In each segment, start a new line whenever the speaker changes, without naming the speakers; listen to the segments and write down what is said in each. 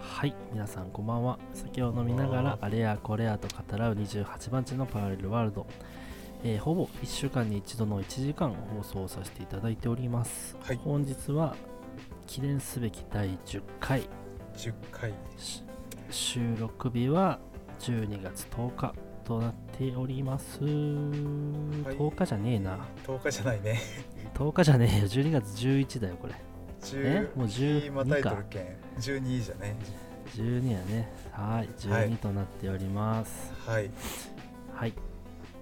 はい皆さんこんばんは酒を飲みながらあれやこれやと語らう28番地のパラレルワールド、えーほぼ1週間に1度の1時間放送させていただいております、
はい
本日は記念すべき第10回
10回
し収録日は12月10日となっております、10日じゃねえな
10日じゃないね
10日じゃねえよ12月11だよこれえ
10
もう12
またいとるけん12じゃね
12やねはい12となっております
はい
はい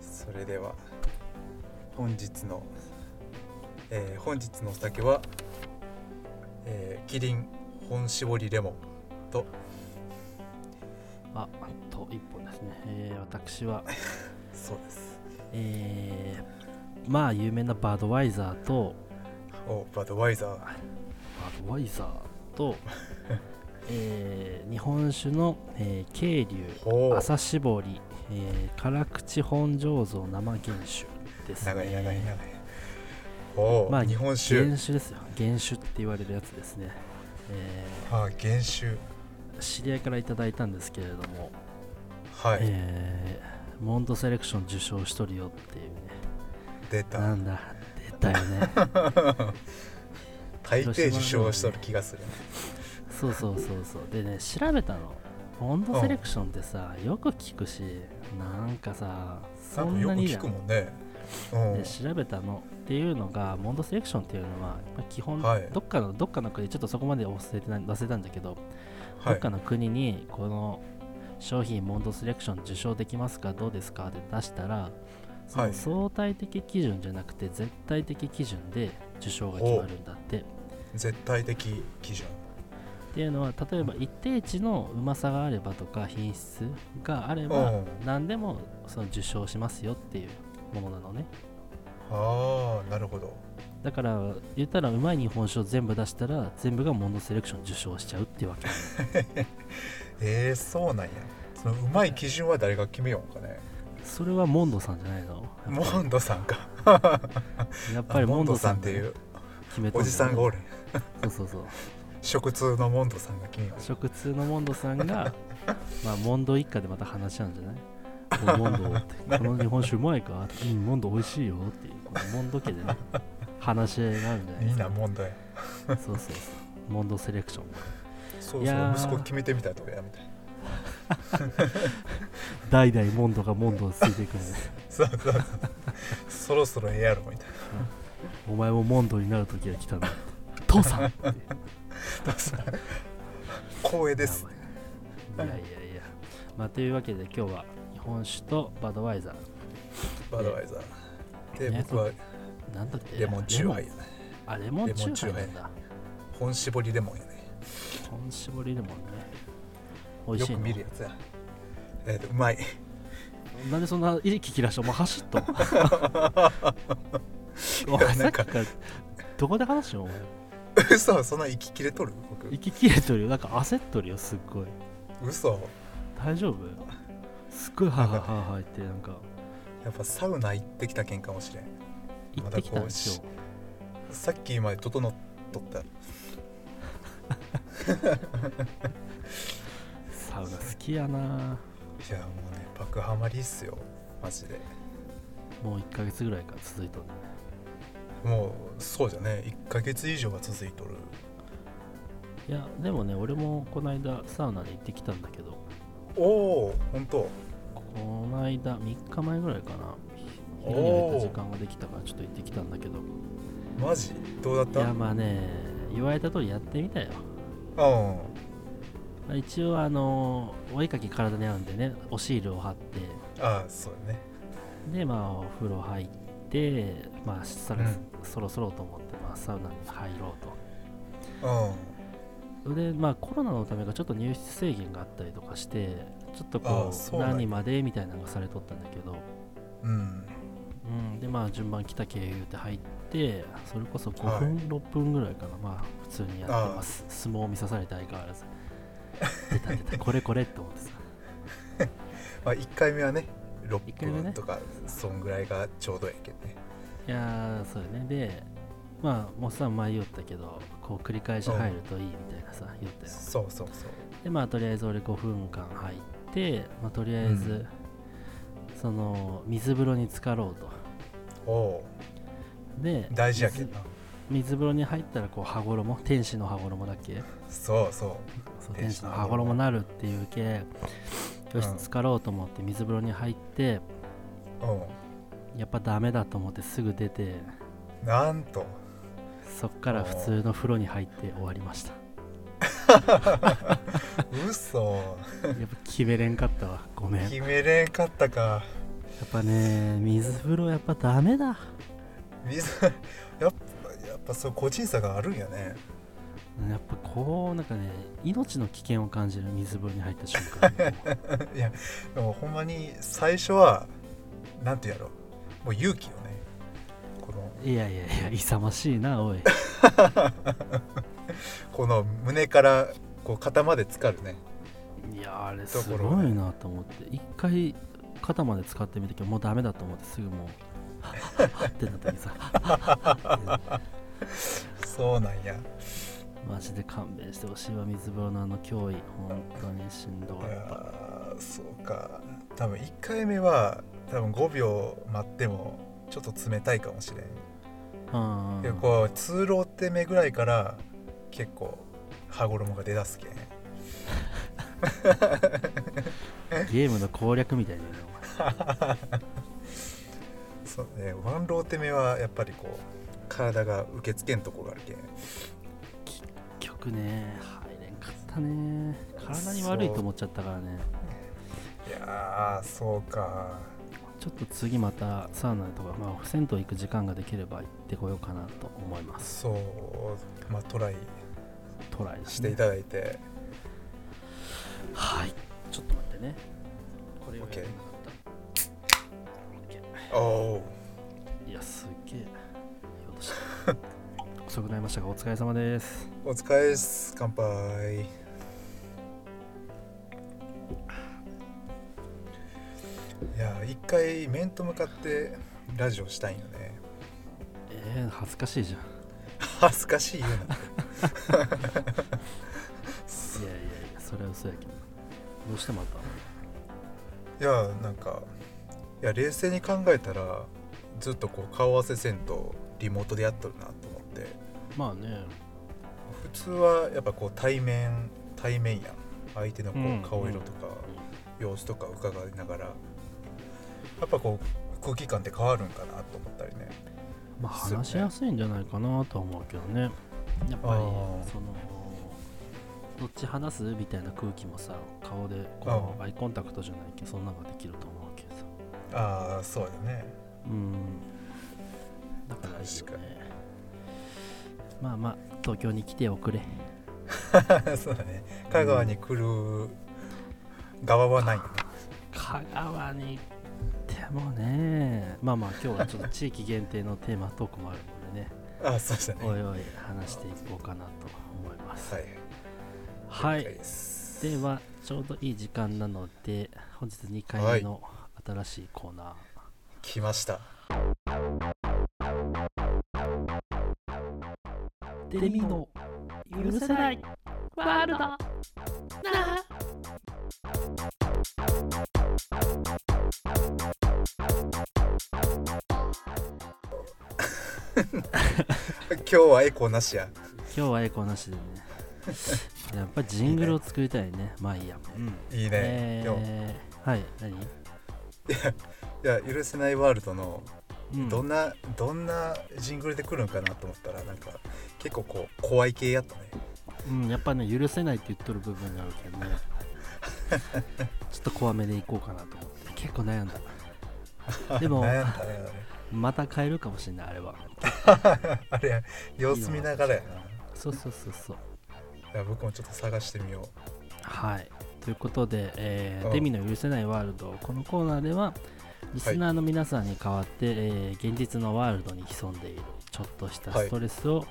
それでは本日の、えー本日のお酒は、えーキリン本搾りレモンと
ああと1本ですね、えー私は、
そうです
えーまあ有名なバードワイザーと
おバドワイザー
バードワイザー と、えー日本酒の、えー渓流
ほう
朝搾り、えー辛口本醸造生原酒です、ね、
長い長い長いお、
まあ
日本酒
原酒ですよ原酒って言われるやつですね、え
あ原酒
ー知り合いからいただいたんですけれども、
はい、
えーモンドセレクション受賞しとるよっていうね
出
な
た
んだ出たよ ね
大抵受賞しとる気がする
そうそうそうそうでね調べたのモンドセレクションってさよく聞くしなんかさそ
なん
ん
か
な
よく
にじ
聞
ゃん
くもんねうん
で調べたのっていうのがモンドセレクションっていうのはまあ基本、
はい
どっかのどっかの国ちょっとそこまで忘れてない忘れたんだけど、
は
どっ
い
かの国にこの商品モンドセレクション受賞できますかどうですかって出したらそ
は
の
い
相対的基準じゃなくて絶対的基準で受賞が決まるんだって。
絶対的基準
っていうのは例えば一定値のうまさがあればとか品質があれ
う
ば
ん
何でもその受賞しますよっていうものなのね
ああなるほど
だから言ったらうまい日本酒を全部出したら全部がモンドセレクション受賞しちゃうっていうわけ
えー、そうなんやそのうまい基準は誰が決めようかね
それはモンドさんじゃないの
モンドさんか
やっぱり
あ
モンドさん
っていう
決めた
おじさんがお
お
る
そうそうそう
食通のモンドさんが決めよう
食通のモンドさん がまあモンド一家でまた話し合うんじゃないおモンドってこの日本酒うまいかうんモンド美味しいよっていうこのモンド家でね話し合いがあるんじゃないで
み
す
ん
か
なモンドや
そうそうそうモンドセレクション
そう
い
そ
や
う
ー
息子決めてみたいとかやめた
代
い
々モンドがモンドをついていくん です
そうそうそうそろそろええやろみたい
お前もモンドになる時が来たんだ父さんって
なそう光栄で
い
す
やいやいやまあというわけで今日は日本酒とバドワイザ
バドワイザーで
ね
僕は
ーなんだっけ
レモンチューハイやね
あレモンチューハイな
レモン
ん
チュー
だ
本搾りレモンやね
本搾りレモンね美味
よ
しい
く
の
見るやつやえーとうまい
なんでそんな息切らしてお前走っとお
い
前
や
さ
な
っ
ん
きか
から
どこで話しようお前
嘘そんな息切れとる僕
息切れとるよなんか焦っとるよすっごい
嘘
大丈夫すっごいはーはーはーはーってなんか
やっぱサウナ行ってきたけんかもしれん
行ってきたんですよ
さっきまで整っとった
サウナ好きやない
やもうね爆ハマりっすよマジで
もう1ヶ月ぐらいから続いとるね
もうそうじゃね1ヶ月以上が続いとる
いやでもね俺もこの間サウナで行ってきたんだけど
おお本当
この間3日前ぐらいかな昼に空いた時間ができたからちょっと行ってきたんだけど
マジどうだっ
い
た
やまあね言われた通りやってみたよ
うん
まあ一応あのお絵かき体に合うんでねおシールを貼って
ああそうだね
でまあお風呂入ってまあさら、
うん
そろそろと思って、まあ、サウナに入ろうと
う
それでまあコロナのためかちょっと入室制限があったりとかしてちょっと
あ
こう
そうなんや
何までみたいなのがされとったんだけど、
んうん
うん、でまあ順番来た経由で入ってそれこそ5
はい
分、6分ぐらいかなまあ普通にやってます相撲を見さされて相変わらず出た出たこれこれって思ってさ
まあ1回目はね
一
6
回目ね
分とか、そんぐらいがちょうどええけどね
いやーそうよねでまあもうさん前言ったけどこう繰り返し入るといいみたいなさ言ったよ
そうそうそう
でまあとりあえず俺5分間入って、まあ、とりあえず、
うん
その水風呂に浸かろうと
おお
で
う大事やけんな
水水風呂に入ったらこう羽衣天使の羽衣だっけ
そうそ
そう
天
天
使
使
の
の
羽
羽
衣
衣なるっていうけよし
うん
浸かろうと思って水風呂に入って
うう
やっぱダメだと思ってすぐ出て
んなんと
そっから普通の風呂に入って終わりました
嘘
やっぱ決めれんかったわごめんや
決めれんかったか
っぱね水風呂やっぱダメだ
水 やっぱやっぱそう個人差があるんやね
やっぱこうなんかね命の危険を感じる水風呂に入った瞬 間
いやでもほんまに最初はなんてやろうもう勇気よねこの
いやいやいや勇ましいなおい
この胸からこう肩まで浸かるね
いやあれすごいなと思って一回肩まで使ってみたけどもうダメだと思ってすぐもうってなった時さ
そうなんや
マジで勘弁してほしいわ水風呂のあの脅威本当にしんど
い
かった
やーそうか多分1回目は多分5秒待ってもちょっと冷たいかもしれん
うんうん
けどこう通路って目ぐらいから結構羽衣が出だすけん
ゲームの攻略みたいなの
そうねワンローテ目はやっぱりこう体が受け付けんとこがあるけん
結局ね入れんかったね体に悪いと思っちゃったからね
いやーそうか
ちょっと次またサウナとか、まあ、銭湯行く時間ができれば行ってこようかなと思います
そうまあトライ
トライです
して
ね
いただいて、
はいちょっと待ってねこれをや
OK
りなかった
お
OK
お
いやすげえいい音した 遅くなりましたがお疲れ様です
お疲れっす乾杯いやー一回面と向かってラジオしたいんよね
えー、恥ずかしいじゃん
恥ずかしい言うな
いやいやいやそれは嘘やけどどうしてまた
いやーなんかいや冷静に考えたらずっとこう顔合わせせんとリモートでやっとるなと思って
まあね
普通はやっぱこう対面対面やん相手のこ
うん
う顔色とか様子とか伺いながらやっぱこう空気感って変わるんかなと思ったりね
まあ
そうね
話しやすいんじゃないかなとは思うけどねやっぱ
あ
り
ー
そのどっち話すみたいな空気もさ顔でこうアイコンタクトじゃないけどそんなのができると思うけどさ
ああそうだね
う んだからいい
確か
よねまあまあ東京に来ておくれ
そうだね香川に来る側はないよね、
香川にでもねまあまあ今日はちょっと地域限定のテーマトークもあるのでね
ああそうだね
お
はい
いおい話していこうかなと思いますは
はいいです
ではちょうどいい時間なので本日2回目の新しいコーナー、
来ました
デミの許せない
ワールドなあ
今日はエコーなしや
今日はエコーなしでね やっぱジングルを作りたいねまあいいやうん
いいね、
え
でも
ー、はい何
いや許せないワールドの
うん
どんな、どんなジングルで来るんかなと思ったらなんか結構こう怖い系やったね
うん、やっぱね許せないって言っとる部分があるけど ねちょっと怖めでいこうかなと思って結構悩んだでも
悩んだねあれ
また変えるかもしれないあれは
あれ様子見ながらやな
そうそうそうそう
いや僕もちょっと探してみよ
はいということで、えー
うん
デミの許せないワールドこのコーナーではリスナーの皆さんに代わって、えー現実のワールドに潜んでいるちょっとした
はい
ストレスを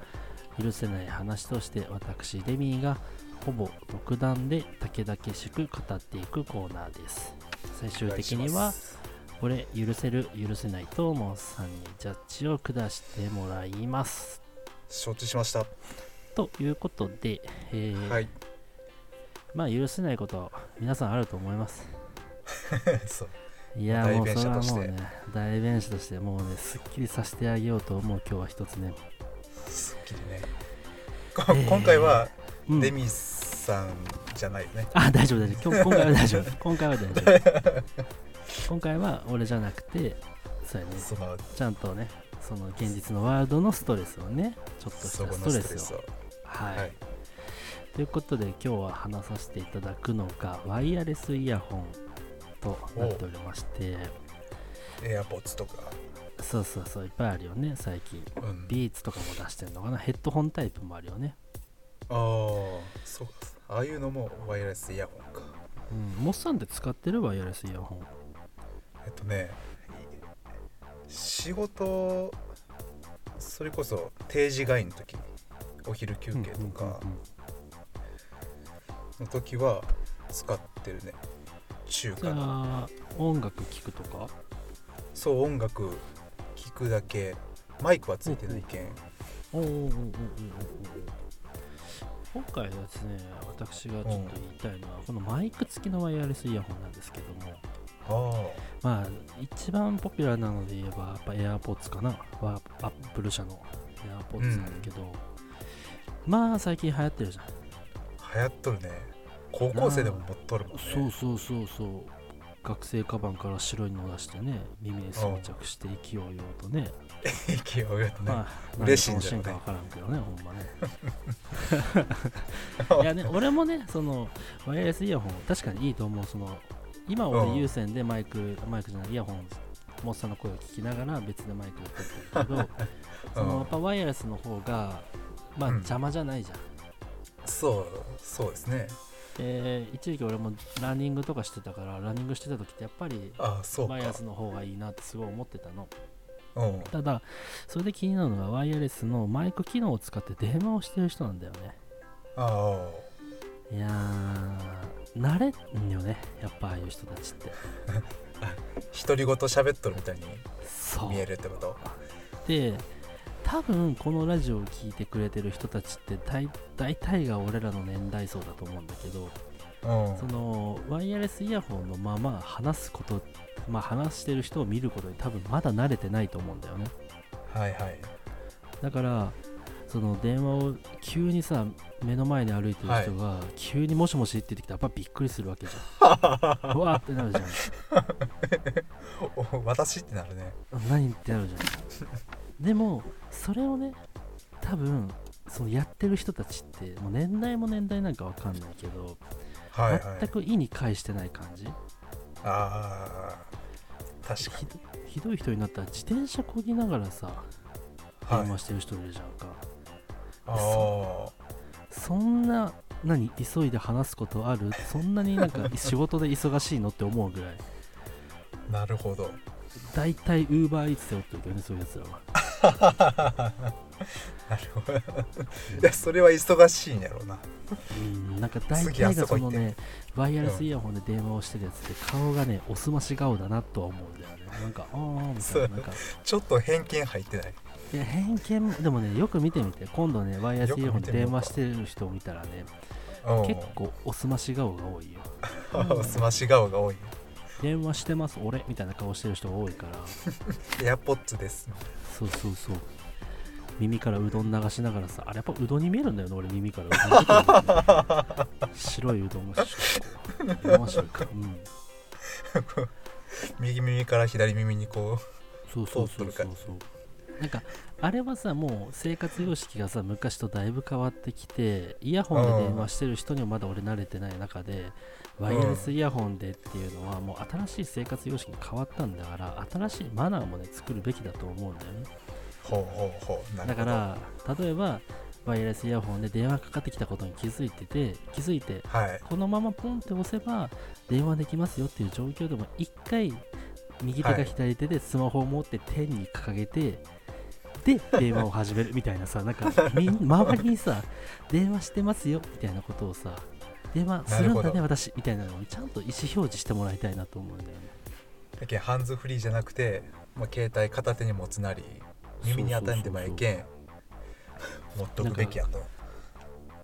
許せない話として私デミがほぼ独断で竹々しく語っていくコーナーです最
う
終的には
お
これ許せる許せないと思うさんにジャッジを下してもらいます
承知しました
ということで、えー
はい
まあ許せないことは皆さんあると思います
そう
いや
代
もう
弁
そ
者
れは
として
もうね代弁者としてもうねすっきりさせてあげようと思う今日は一つね、
すっきりねこ
えー
今回は
うん
レミさんじゃないよね、
あ大丈夫大丈夫今日今回は大丈 夫今回は大丈夫今回は俺じゃなくてそうやね
その
ちゃんとねその現実のワールドのストレスをねちょっとし
そ
た
こ
ス
の
トレ
ストレ
ス
ス
を
を
はい、
はい
ということで今日は話させていただくのがワイヤレスイヤホンとなっておりまして
エアポッツとか、
そうそうそういっぱいあるよね最近
うん、
ビーツとかも出してるのかなヘッドホンタイプもあるよね
ああそうかああいうのもワイヤレスイヤホンか
うんモッサンって使ってるワイヤレスイヤホン
えっとね仕事それこそ定時外の時お昼休憩
う
とか
んうんうん
の時は使ってるね中
じゃ
華の
あ音楽聴くとか
そう音楽聴くだけマイクはついてないけん
おーおーおーおーおーおーおー今回はですね私がちょっと言いたいのは、このマイク付きのワイヤレスイヤホンなんですけども
ああ
まあ一番ポピュラーなので言えばやっぱ AirPods かなはアップル社の AirPods なんだけど、まあ最近流行ってるじゃん
流行っとるね高校生でも持っとるもんね
そうそうそうそう学生カバンから白いのを出してね耳装着して勢いよとね、
勢いよくね、
まあ
嬉しいんじゃ
な
な
か
いい
分からんけどねほんまねいや ね俺もねそのワイヤレスイヤホン確かにいいと思うその今
うん
俺有線でマイク、マイクじゃないイヤホンモッサの声を聞きながら別でマイクを撮ってるけどそのやっぱワイヤレスの方がまあ
うん
邪魔じゃないじゃん、
そうそうですね
で一時期俺もランニングとかしてたからランニングしてた時ってやっぱり
ああそうか
ワイヤレスの方がいいなってすごい思ってたの
うん
ただそれで気になるのがワイヤレスのマイク機能を使って電話をしてる人なんだよね
ああ
いやー慣れんよねやっぱああいう人たちって
独り言喋っとるみたいに
そう
見えるってこと
で多分このラジオを聞いてくれてる人たちって大大体が俺らの年代層だと思うんだけど
うん
そのワイヤレスイヤホンのまま話すことまあ話してる人を見ることに多分まだ慣れてないと思うんだよね
はいはい
だからその電話を急にさ目の前に歩いてる人が急にもしもしって言ってきたらやっぱびっくりするわけじゃ んうわーってなるじゃん
お私ってなるね
何ってなるじゃんでもそれをね多分そのやってる人たちってもう年代も年代なんかわかんないけど、
はいは
全
い
く意に介してない感じ
ああ確か
ひどひどい人になったら自転車こぎながらさ
にはい
電話してる人いるじゃんか、
あ
そんな何急いで話すことあるそんなになん か仕事で忙しいのって思うぐらい
あなるほど
大体ウーバーイーツ背負ってるけどねそういうやつらは
なるほどいやそれは忙しいんやろうな
うんなんか大体がその
次あそこ行っ
ねワイヤレスイヤホンで電話をしてるやつって顔がねおすまし顔だなとは思うんだよねなんかあーみた
そ
いうななんか
ちょっと偏見入ってない
いや偏見でもねよく見てみて今度ねワイヤレスイヤホンで電話してる人を見たらね
うん
結構おすまし顔が多いよ
スマッシュ顔が多い
電話してます俺みたいな顔してる人が多いから
エアポッツです
そうそうそう耳からうどん流しながらさあれやっぱうどんに見えるんだよね俺耳からうどん出てくるんだよね白いうどんがし面白いかうん
右耳から左耳にこ
そうそうそう
通
そ
っと
う
る
そうなんかあれはさもう生活様式がさ昔とだいぶ変わってきてイヤホンで電話してる人にはまだ俺慣れてない中でワイヤレスイヤホンでっていうのはもう新しい生活様式に変わったんだから新しいマナーもね作るべきだと思うんだよね
うほうほうほうな
だ
るほ
か
ど
ら例えばワイヤレスイヤホンで電話かかってきたことに気づいてて気づいて
はい
このままポンって押せば電話できますよっていう状況でも一回右手
は
か
い
左手でスマホを持って天に掲げて、 で電話を始めるみたいなさなんかみん周りにさ電話してますよみたいなことをさ電話するん
な
だ
るほ
ね
ど
私みたいなのをちゃんと意思表示してもらいたいなと思うんだよね
だけんハンズフリーじゃなくて、まあ、携帯片手に持つなり耳に当たんでもええけん持っとくべきやと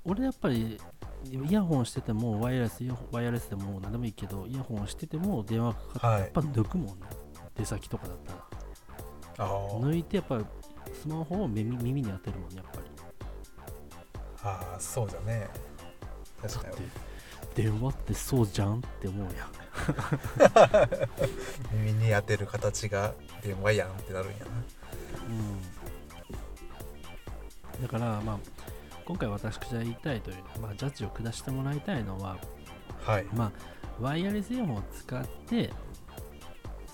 俺やっぱりでもイヤホンしててもワイヤレスイヤホンワイヤレスでも何でもいいけどイヤホンしてても電話かかって
はい
やっぱ抜くもんね、出先とかだったら
あー
抜いてやっぱスマホを耳耳に当てるもんねやっぱり
あーそうだね確か
だっ
に
て電話ってそうじゃんって思うやん
耳に当てる形が電話やんってなるんや
うん、だから、まあ、今回私が言いたいという、まあ、ジャッジを下してもらいたいのは、
なはい
まあ、ワイヤレスイヤホンを使って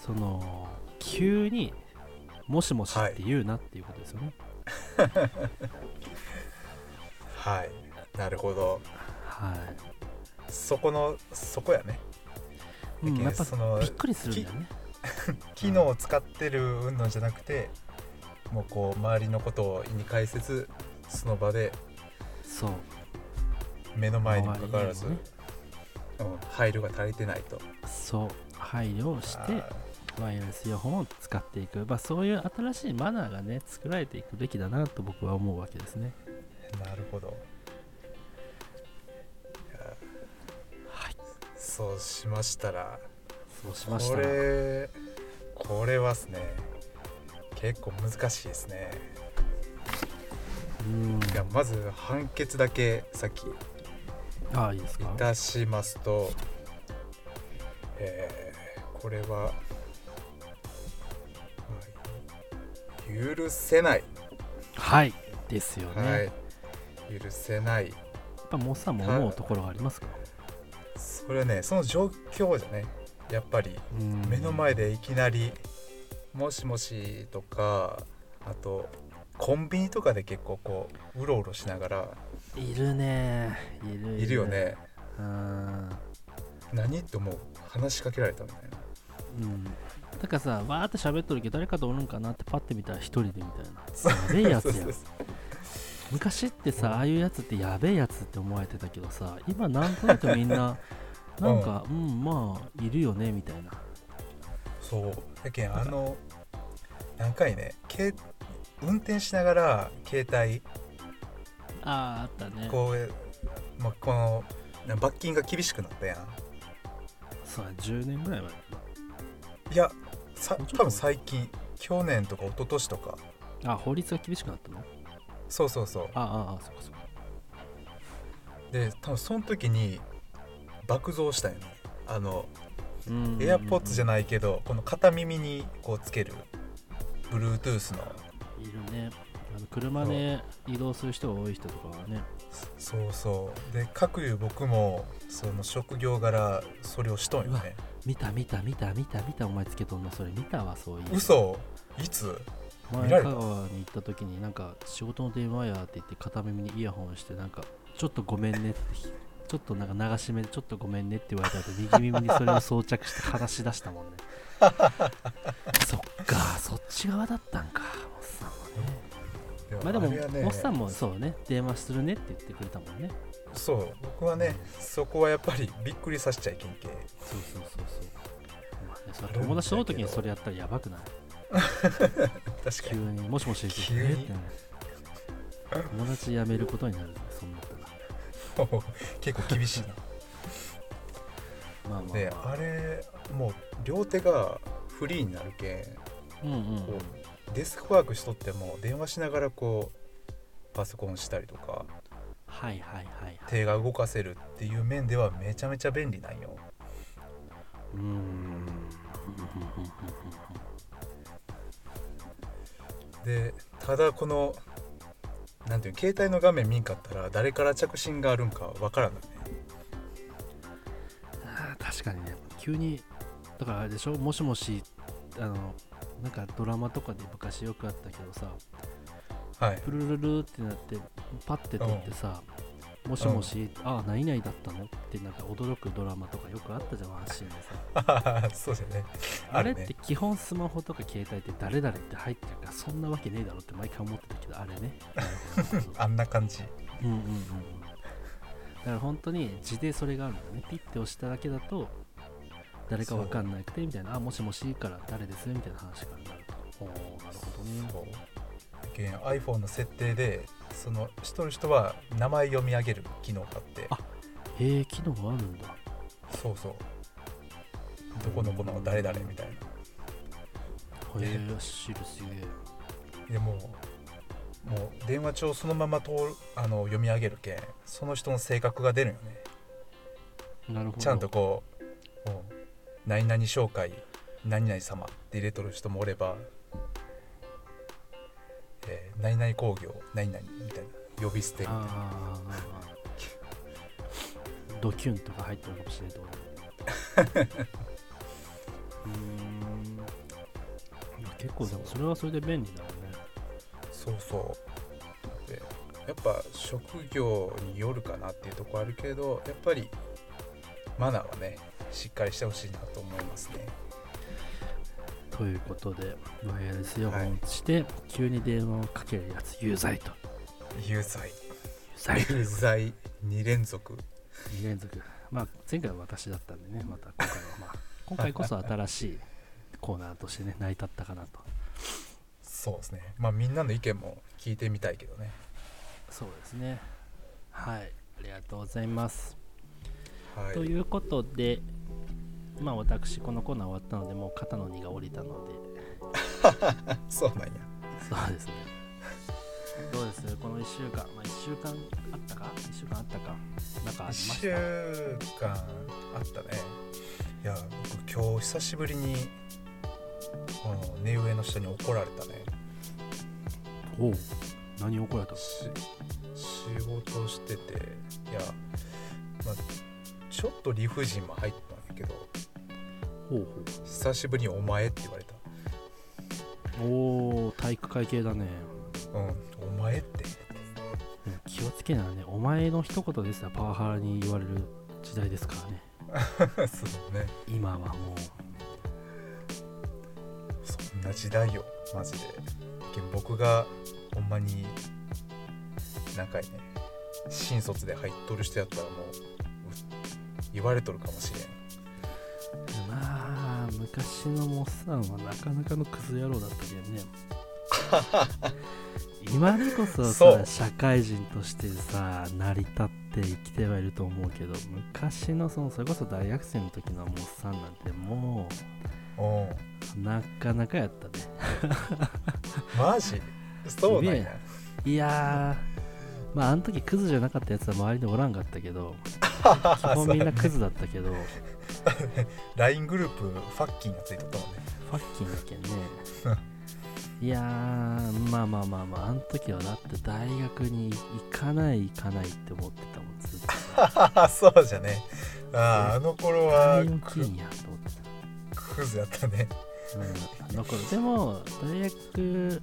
その急にもしもしって言うなっていうことですよね。
はいなるほど
はい
そこのそこやね
うん、
だけ
やっぱ
その
びっくりするんだよね。
機能を使ってる云々じゃなくてもうこう周りのことを意に介せずその場で
そう
目の前にもかかわらず、
周りに
うん、配慮が足りてないと
そう配慮をし
あ
て
ー
ワイヤレスイヤホンを使っていく、まあ、そういう新しいマナーがね作られていくべきだなと僕は思うわけですね。
なるほどいや
はい
そうしましたら
そうしまし
こ
たら
れこれはっすね結構難しいですね
うん
いやまず判決だけさっき
ああいいです
い
か
たしますと、えーこれは、まあ許せない、
はいですよね、や
はい、許せない
っぱモッサンも思うところがありますか
それはねその状況じゃねやっぱり
うん
目の前でいきなり「もしもし」とかあとコンビニとかで結構こううろうろしながら
いるねいる
いるよね
うん、
何って思う話しかけられたみたいな
うん、だからさわーって喋っとるけど誰かとおるんかなってパッて見たら一人でみたい な
そう
やべえやつ
そ
や
うそ
ん
うそう
昔ってさああいうやつってやべえやつって思われてたけどさ今なんとなくみん ななんかうん、まあいるよねみたいな
そうやけんあの何回ねけ運転しながら携帯
あーあったね
こう、ま、このな罰金が厳しくなったやん
そうだ10年ぐらい前か
いやさ
もうちょっと
多分最近去年とか一昨年とか
なあ法律が厳しくなったの
そうそうそ
ああああそっかそっか
うで多分その時に爆増したよねあの
うん
エアポッツじゃ
な
ないけどこの片耳にこうつける Bluetooth の
いいるねあの車で移動する人が多い人とかはね
そうそうで各有僕もその職業柄それをしとんよね
見た見た見た見た見たお前つけとんのそれ見たわそういう
嘘いつ
前
見ら
香
れた
川に行った時になんか仕事の電話やって言って片耳にイヤホンしてなんかちょっとごめんねってちょっとなんか流し目でちょっとごめんねって言われた後右耳にそれを装着して話し出した もんねそっかそっち側だったんかおっさんはねまあでも、
あれはね
おっさんもそうね電話するねって言ってくれたもんね
そう僕はねそこはやっぱりびっくりさせちゃいけんけ
そうそうそうそう。まあね、それ友達と会うときにそれやったらやばくない
確か
急
に
に、もしもし、
急に
えってなる友達辞めることになるね、そんなったら。
結構厳しい な
まあまあ、
で
まあ。
あれもう両手がフリーになるけん
うんうん。
こうデスクワークしとっても電話しながらこうパソコンしたりとか
はいはいはいはい。
手が動かせるっていう面ではめちゃめちゃ便利なんよ
うーん。
でただこのなんていうの携帯の画面見んかったら誰から着信があるんかわからんのね
あー確かにね、急に、だからあれでしょ、もしもし、あの、なんかドラマとかで昔よくあったけどさ、
はい
プルルルってなってパッて撮ってさ、もしもし、ああ何々だったのってなんか驚くドラマとかよくあったじゃんワンシーンでさ
そうじゃね
あ
あ
れ
るね
って基本スマホとか携帯って誰々って入ってるからそんなわけねえだろって毎回思ってたけどあれ ねなるほど
あんな感じ
うんうんうんうんだから本当に字でそれがあるんだねピッて押しただけだと誰かわかんなくてみたいなあもしもしから誰ですみたいな話からなるとおおなるほどね
そうだけん iPhone の設定でそのしとる人は名前読み上げる機能があって
あへえ機能があるんだ
そうそうどこの子の誰々みたい
へ
で
え知るすげえ
なでもうもう電話帳そのまま通るあの読み上げるけんその人の性格が出るよね
なるほど
ちゃんとこうもう何々紹介何々様って入れとる人もおれば、えー何々工業何々みたいな呼び捨てみたいな
あードキュンとか入ってるかもしれないと思う うーんいや結構でもそれはそれで便利だよね
そうそうでやっぱ職業によるかなっていうとこあるけどやっぱりマナーはねしっかりしてほしいなと思いますね
ということでワイヤレスイヤホンして、急に電話をかけるやつ有罪と
有罪
有罪
有罪2連続
2連続まあ前回は私だったんでねまた今回はまあ今回こそ新しいコーナーとしてね成り立ったかなと
そうですねまあみんなの意見も聞いてみたいけどね
そうですねはいありがとうございます
はい
ということで、まあ私、このコーナー終わったので、もう肩の荷が下りたので、
そうなんや
そうですね。どうですこの1週間、まあ、1週間あったか ?1 週間あったかなんかありま
1
し
週
た
間あったねいや僕今日久しぶりにこの目上の人に怒られたね
おう何怒られた
し仕事してていや、まあ、ちょっと理不尽も入ったんやけど
ほう
久しぶりに「お前」って言われた
ほう。おお、体育会系だね。
「うんお前」って
でも気をつけなね、お前の一言ですらパワハラに言われる時代ですからね。
そうね
今はも
そんな時代よマジでけん僕がほんまに何回ね新卒で入っとる人やったらもうう言われとるかもしれん
う、まあ、昔のモッサンはなかなかのクズ野郎だったけど ね。今でこそ
そ
さ
う
社会人としてさ成り立って生きてはいると思うけど昔のそのそれこそ大学生の時のモッサンなんても
うん
うなかなかやったね
マジそうなん
い
や
やいやーまああの時クズじゃなかったやつは周りにおらんかったけど基本みんなクズだったけど
LINE グループファッキンがついとったもんね
ファッキンだけんねいやーまあまあまあまああの時はだって大学に行かない行かないって思ってたもんずっと
そうじゃねあああの頃は
大
ク
金やと思ってた
クズやったね
うん、だからでも大学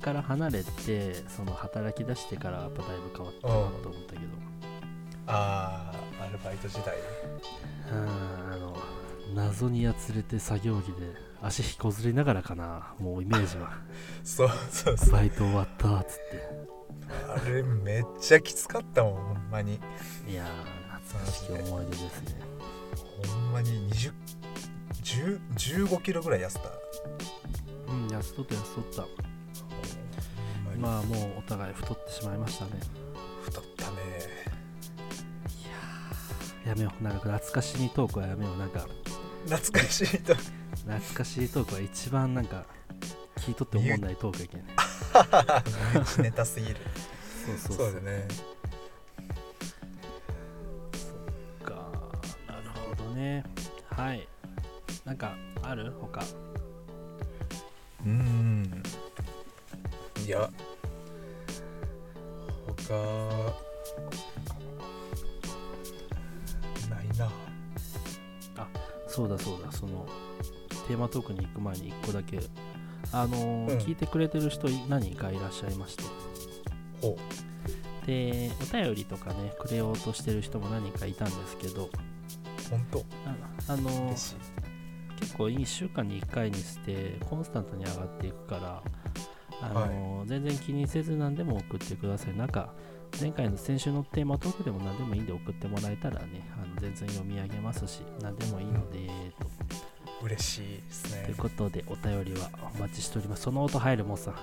から離れてその働き出してからやっぱだいぶ変わったなと思ったけど
ああアルバイト時代
うんあの謎にやつれて作業着で足ひこずりながらかなもうイメージは
そうそうそう
バイト終わったっつっ
あれめっちゃきつかったもんほんまに
ていやー懐かしき思い出ですね
ほんまに2 0 1 5キロぐらい痩せた
うん痩せとった痩せとっ
ほ
た
んまに
まあもうお互い太ってしまいましたね
太ったね
やめようなんか懐かしにトークはやめようなんか
懐かしいと
懐かしいトークは一番なんか聞いとって思わないトークやけんね
ネタすぎる
そうそう
そうだね
かなるほどねはいなんかある他
うーんいや他ないな
そうだそうだそのテーマトークに行く前に1個だけあのー
うん
聞いてくれてる人い何人かいらっしゃいまして
ほ
でお便りとかねくれようとしてる人も何人かいたんですけど
うほんと
ああの
嬉
ー
しい
結構1週間に1回にしてコンスタントに上がっていくからあのー、全然気にせず何でも送ってくださいなんか前回の先週のテーマトークでも何でもいいんで送ってもらえたらねあの全然読み上げますし何でもいいので、と
嬉しいです
とい
ね
うことでお便りはお待ちしておりますその音入るもんさん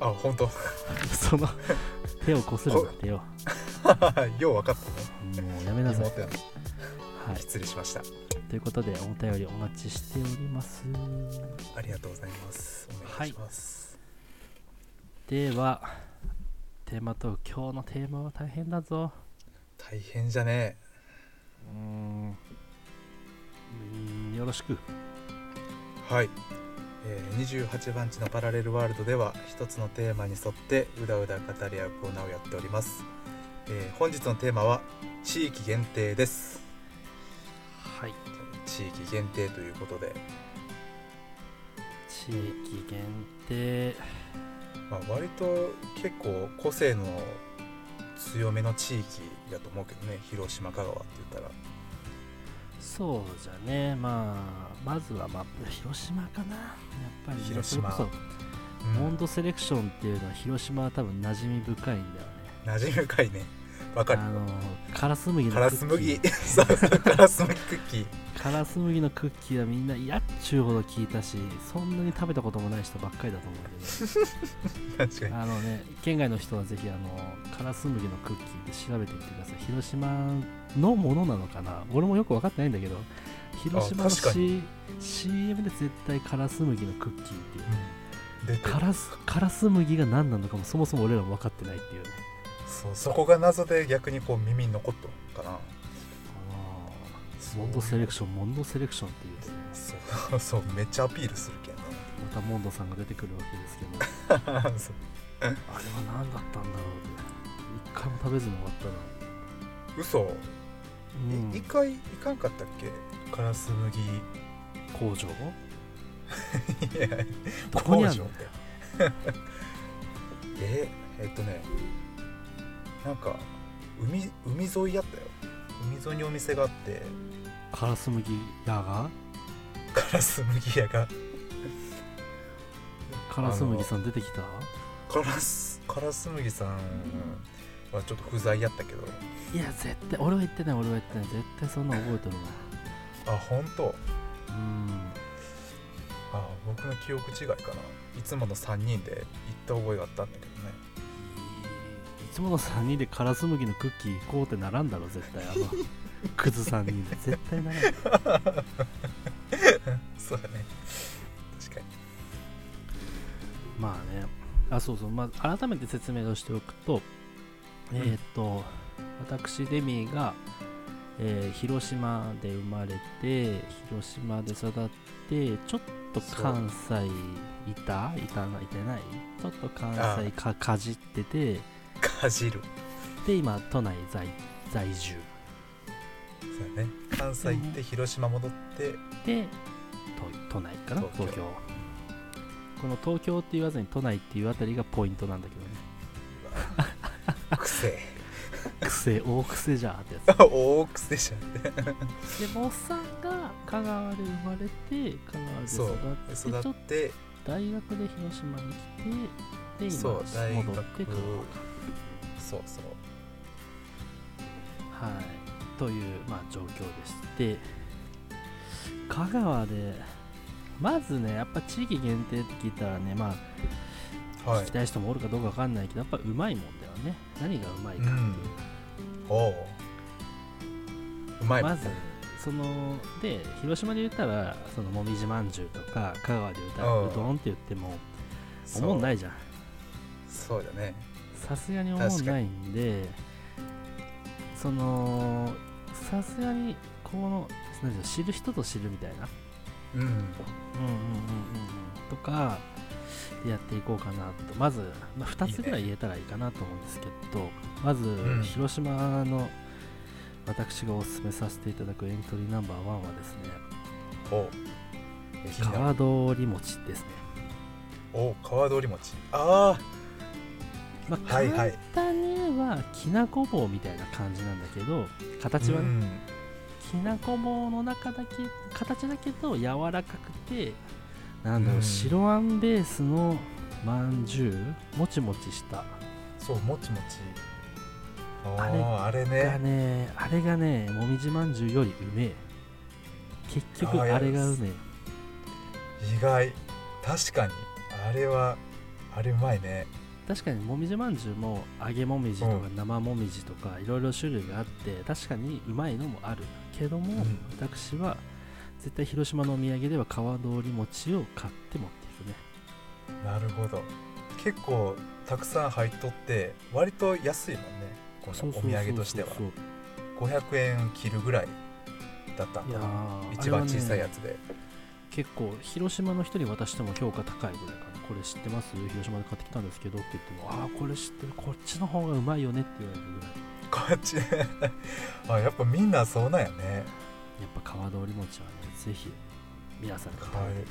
あ本当
その手をこするな手をも
よう分かったね
うやめな
持ってない
はい、
失礼しました
ということでお便りお待ちしております
ありがとうございますお願いします、
ではテーマトーク今日のテーマは大変だぞ
大変じゃね
うーんうーんよろしく
えはい、えー、28番地のパラレルワールドでは一つのテーマに沿ってうだうだ語り合うコーナーをやっております、えー本日のテーマは地域限定です
はい
地域限定ということで、
地域限定
まあ、割と結構個性の強めの地域だと思うけどね広島香川って言ったら
そうじゃねまあまずは、まあ、広島かなやっぱり、ね、
広島
それこ
う
そモ
ん
ンドセレクションっていうのは広島は多分馴染み深いんだよね
馴染み深いねわか
あ
る
のカラス麦の
カ
クッ
ラ
キー
ス麦 そうそうカラス麦クッキー
カラス麦のクッキーはみんなやっちゅうほど聞いたしそんなに食べたこともない人ばっかりだと思うけ
確かに
どあのね県外の人はぜひあのカラス麦のクッキーで調べてみてください広島のものなのかな俺もよく分かってないんだけど広島の、
確か
C、CM で絶対カラス麦のクッキーっていう
出てる
カラスカラス麦が何なのかもそもそも俺らも分かってないっていうね
そうそこが謎で逆にこう耳に残ったのかな
モンドセレクションモンドセレクションっていうとね
そう そうめっちゃアピールするけんね
またモンドさんが出てくるわけですけ ど
そう
あれは何だったんだろうって一回も食べずに終わったな、
嘘
う
え一、
ん、
回いかんかったっけカラス麦
工場
いや
どこにあるの
工場って ええっとねなんか海海沿いやったよ海沿いにお店があって
カラス麦屋が
カラス麦屋が
カラス麦さん出てきた
カラスカラス麦さんはちょっと不在やったけど
いや絶対俺は言ってない俺は言ってない絶対そんな覚えてるわ
あ本当
うん
あ僕の記憶違いかないつもの3人で行った覚えがあったんだけどね
いつもの3人でカラス麦のクッキー行こうってならんだろ絶対あのクズ3人で 絶対ならんよ
そうだね確かに
まあねあそうそうまあ改めて説明をしておくと、
うん
えーっと私デミーが、えー広島で生まれて広島で育ってちょっと関西いたいたないてないちょっと関西かかじってて
かじる
で今都内在在住
そうだね関西行って広島戻って
で都都内かな
東京
東京この東京って言わずに都内っていうあたりがポイントなんだけど ね
くせえ
癖大癖じゃんってやつ
大くせえじゃん
でもおっさんが香川で生まれて香
そう
川で育ってち
育
ょ
っ
っと
て
大学で広島に来てで今
そう大学
戻ってくる
そうそう
はいという、まあ、状況でして香川でまずねやっぱ地域限定って聞いたらねまあ、
は
聞
い
きたい人もおるかどうかわかんないけどやっぱうまいもんだよね何がうまいかっていう、
うんおううまい
まずそので広島で言ったらそのもみじまんじゅうとか香川で言ったら
うん
うどんって言っても
そう
思んないじゃん
そうだね
さすがに思んないんでそのさすがにこのなんていうの知る人と知るみたいな
うん
うんうんうんうんうんとかでやっていこうかなとまず、まあ、2つぐらい言えたらいいかなと思うんですけどまず、
ん
広島の私がおすすめさせていただくエントリーナンバーワンはですね
おう
え
気に
川
な
通り餅ですね、
おう川通り餅あ
ま
あ
あ、
はいはい
簡単に言えばきなこ棒みたいな感じなんだけど形はね、
うん
きなこ棒の中だけ形だけど柔らかくてなんだろう、
うん
白あんベースのまんじゅうもちもちした
そうもちもちあ
あれ
ああれ
が
ね
ねあれがねもみじまんじゅうよりうめえ結局
あ
あ
ー
れがうめえ
意外確かにあれはあれうまいね
確かにもみじまんじゅうも揚げもみじと
う
か生もみじとかいろいろ種類があって確かにうまいのもあるけども、
うん
私は絶対広島のお土産では川通り餅を買って持っていくね
なるほど結構たくさん入っとって割と安いもんねこのお土産としては
そうそうそう
500円切るぐらいだった
そういやー
一番小さい
あれ
や
はね
つで、
結構広島の人に渡しても評価高いぐらいかなこれ知ってます広島で買ってきたんですけどって言ってもああこれ知ってるこっちの方がうまいよねって言われるぐらい
こっち あやっぱみんなそうなんやね
やっぱ川通り餅はねぜひ皆さんに食べていただきたい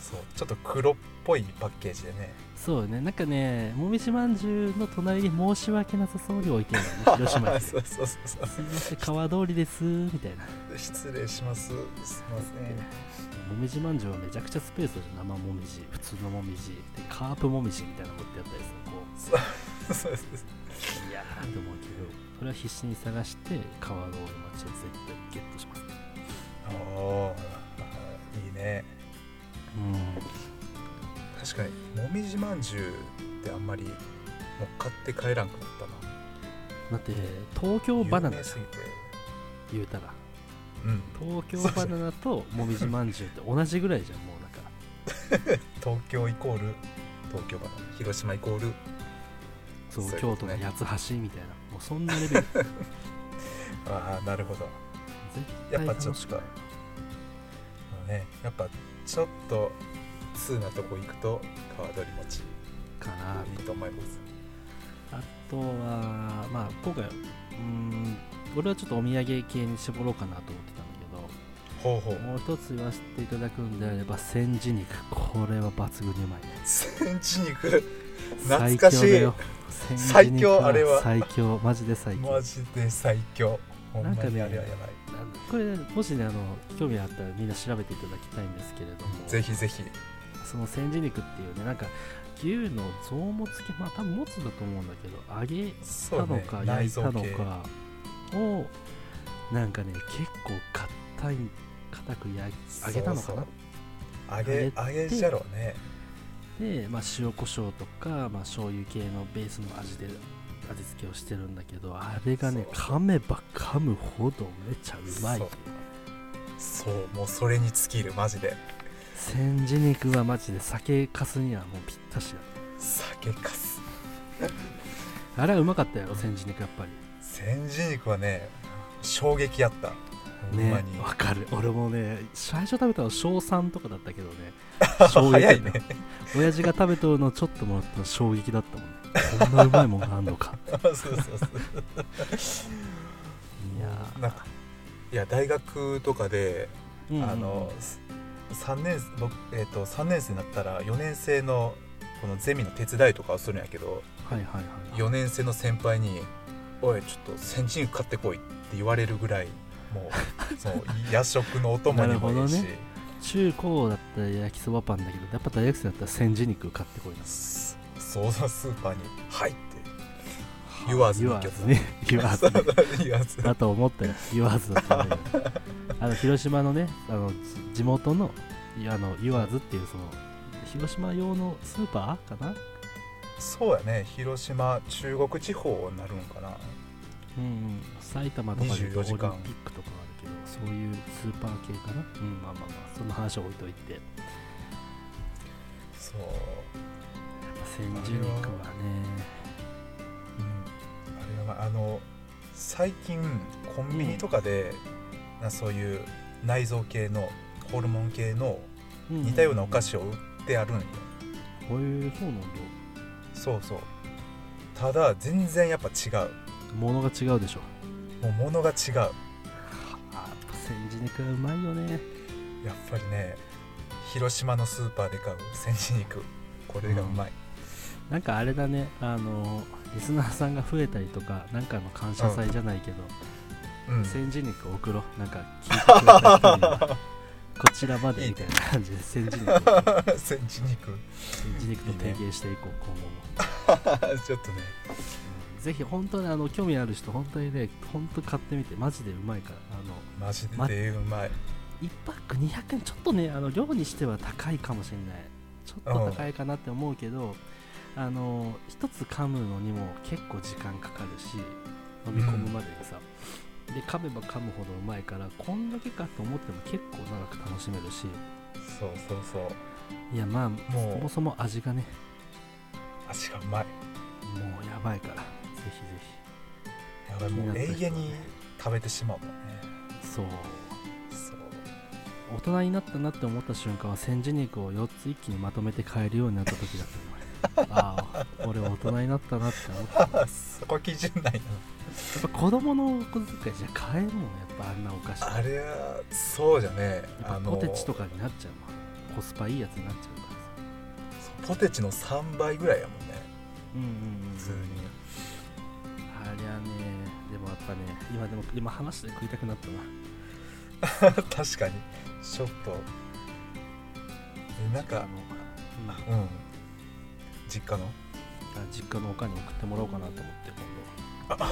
そうちょっと黒っぽいパッケージでね
そうね、なんかね、もみじまんじゅうの隣に申し訳なさそうに置いてるのね、広島 で。す
そうそうそうそ
い
う
ません、川通りです、みたいな。
失礼しますすいません
もみじまんじゅうはめちゃくちゃスペースで生もみじ、普通のもみじ、でカープもみじみたいなのってやったりする。こ
そうそうそう
う、いやーって思うけど、それは必死に探して、川通り町を絶対ゲットします、ね。
おーいいね確かにもみじまんじゅうってあんまりもう買って帰らんくなったな
だって、東京バナナ
有名すぎて
言うたら、
うん
東京バナナともみじまんじゅうって同じぐらいじゃん、もうなんか。
東京イコール東京バナナ広島イコール
そう
そういうこ
京
と
都
ね
の八つ橋みたいな、もうそんなレベル。
ああなるほど
絶
や
対
っぱちょっ
楽しく
と、
ない
ね、やっぱちょっと通なとこ行くと川鳥餅
かない
いと思います
あとはまあ今回うーん俺はちょっとお土産系に絞ろうかなと思ってたんだ
ほうほ
けど
う
もう一つ言わせていただくんであれば千字肉これは抜群にうまいね
センチ肉懐かしい
最強だよ千字肉
最強あれは
最強マジで最強
マジで最強ほんま
なんか
に
ね
あれはやばい、
なんでこれもしねあの興味あったらみんな調べていただきたいんですけれども
ぜひぜひ
その千字肉っていうねなんか牛の臓もつけまあ多分もつだと思うんだけど揚げ
そ
た
う
の
ね
か焼
内
いた
臓
の
系
かをなんかね結構硬い硬く焼き揚げたのかな
そう揚げ揚げじゃろうね
で、まあ、塩コショウとか、まあ醤油系のベースの味で味付けをしてるんだけどあれがね
そう
噛めば噛むほどめちゃうまい
そうそうもうそれに尽きるマジで
千字肉はマジで酒かすにはもうぴったしだ
酒かす
あれはうまかったやろ千字肉やっぱり
千字肉はね衝撃やったほんま
ね
に、
わかる俺もね最初食べたの小3とかだったけどね衝撃
早
だ
いね
親父が食べとるのちょっともらったの衝撃だったもんねこんなうまいもんがあんのか
そうそうそう
いや
なんかいや大学とかで、
ーうんうん
あの3年僕、えー、と3年生になったら4年生のこのゼミの手伝いとかをするんやけど
はいはいはい
4年生の先輩に「おいちょっと先人買ってこい」って言われるぐらいも うその夜食のお供にもいい
な
し、
るほど中高だったら焼きそばパンだけどやっぱ大学生だったら千字肉買ってこいな
そそうだスーパーに「はい」って言わずに
言わずに言わずに
言わず
だと思ったよ言わずだったんだけどあの広島のねあのじ地元のいあの言わずっていうその広島用のスーパーかな
そうやね広島中国地方になるんかな
うんうん、埼玉とかで
24時間
オリンピックとかはあるけどそういうスーパー系かな、うん、まあまあまあその話は置いといてやっ
そう、
ぱ千住肉はね
うん、あれはまああの最近コンビニとかで、なそういう内臓系のホルモン系の
うん
似たようなお菓子を売ってあるんよ、
へえそうなんだ
そうそうただ全然やっぱ違う
物が違うでしょ
もう物が違う
あやっぱ千住肉はうまいよね
やっぱりね広島のスーパーで買う千字肉これがうまい、
なんかあれだねあのリスナーさんが増えたりとかなんかの感謝祭じゃないけど、
うん
千住肉送ろうなんか聞いてくれた人に はこちらまでみたいな感じで千住肉を
千字肉
千住肉と提携していこう今後も。
ちょっとね
ぜひ本当にあの興味ある人本当にね本当買ってみてマジでうまいからあの
マジでうまい、
1パック200円ちょっとねあの量にしては高いかもしれないちょっと高いかなって思うけど、あの一つ噛むのにも結構時間かかるし飲み込むまでにさ、で噛めば噛むほどうまいからこんだけかと思っても結構長く楽しめるし
そうそうそう
いやまあそも
も
そも味がね
う味がうまい
もうやばいからぜひぜ
やばい
気に
も
なっ
う
た人はね
永遠に食べてしまうもんね
ひそう
そう
大人になったなって思った瞬間は千字肉を4つ一気にまとめて買えるようになった時だったの俺ああ俺大人になったなって思ったやっ
あ そこ基準ない
ぱ子供のお小遣いじゃ買えるもんやっぱあんなお菓子
なあれはそうじゃね
やっ
あ
ぱ
の
ポテチとかになっちゃうもんコスパいいやつになっちゃうからさ
ポテチの3倍ぐらいやもんね
うんうんうん
普通に
ありゃねでもやっぱね今でも今話で食いたくなったな
確かにちょっとえな
あ
んか
の、うん、あ
うん実家の
実家のおかんに送ってもらおうかなと思って今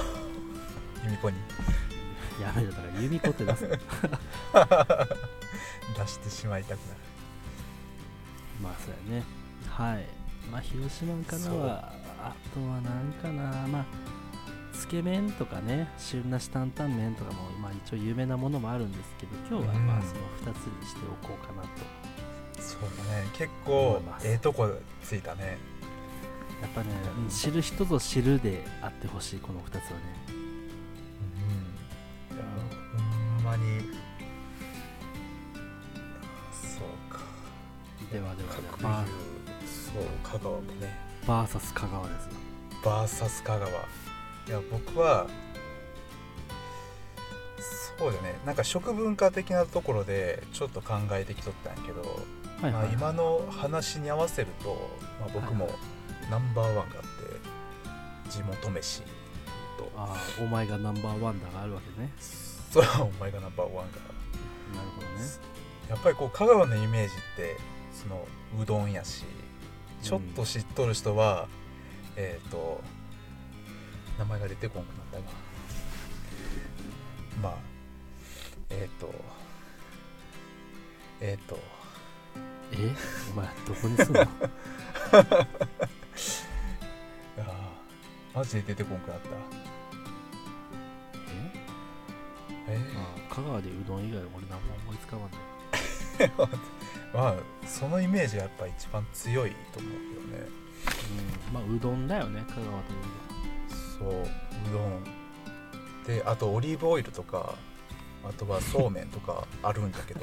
由美子に
度やめだから由美子って出す
出してしまいたくなる
まあそうやねはいまあ広島からはあとは何かなまあつけ麺とかね汁なし担々麺とかも、まあ、一応有名なものもあるんですけど今日はま
う
あ
ん
その2つにしておこうかなと
そうだね結
思
構
います
ええとこついたね
やっぱね、うん知る人ぞ知るであってほしいこの2つはね
うんいやほんまにそうか
ではではでは、
各
まあ
有そう香川もね
バーサス香川ですよ
バーサス香川いや僕はそうだねなんか食文化的なところでちょっと考えてきとったんやけど、
はい
ま
は
あ、
い、
今の話に合わせると、まあ、僕も
はい
ナンバーワンがあって地元飯と
ああお前がナンバーワンだがあるわけね
それはお前がナンバーワンが
なるほどね
やっぱりこう香川のイメージってそのうどんやしちょっと知っとる人は、えっ、と名前が出てこんくなったがまあえっ、とえっ、と
えお前どこに住んの あ
あーマジで出てこんくなったえ
あ香川でうどん以外俺何も思いつかまんね
ーまあそのイメージがやっぱ一番強いと思うけどね
うんまあうどんだよね香川でう
そううどんであとオリーブオイルとかあとはそうめんとかあるんだけ ど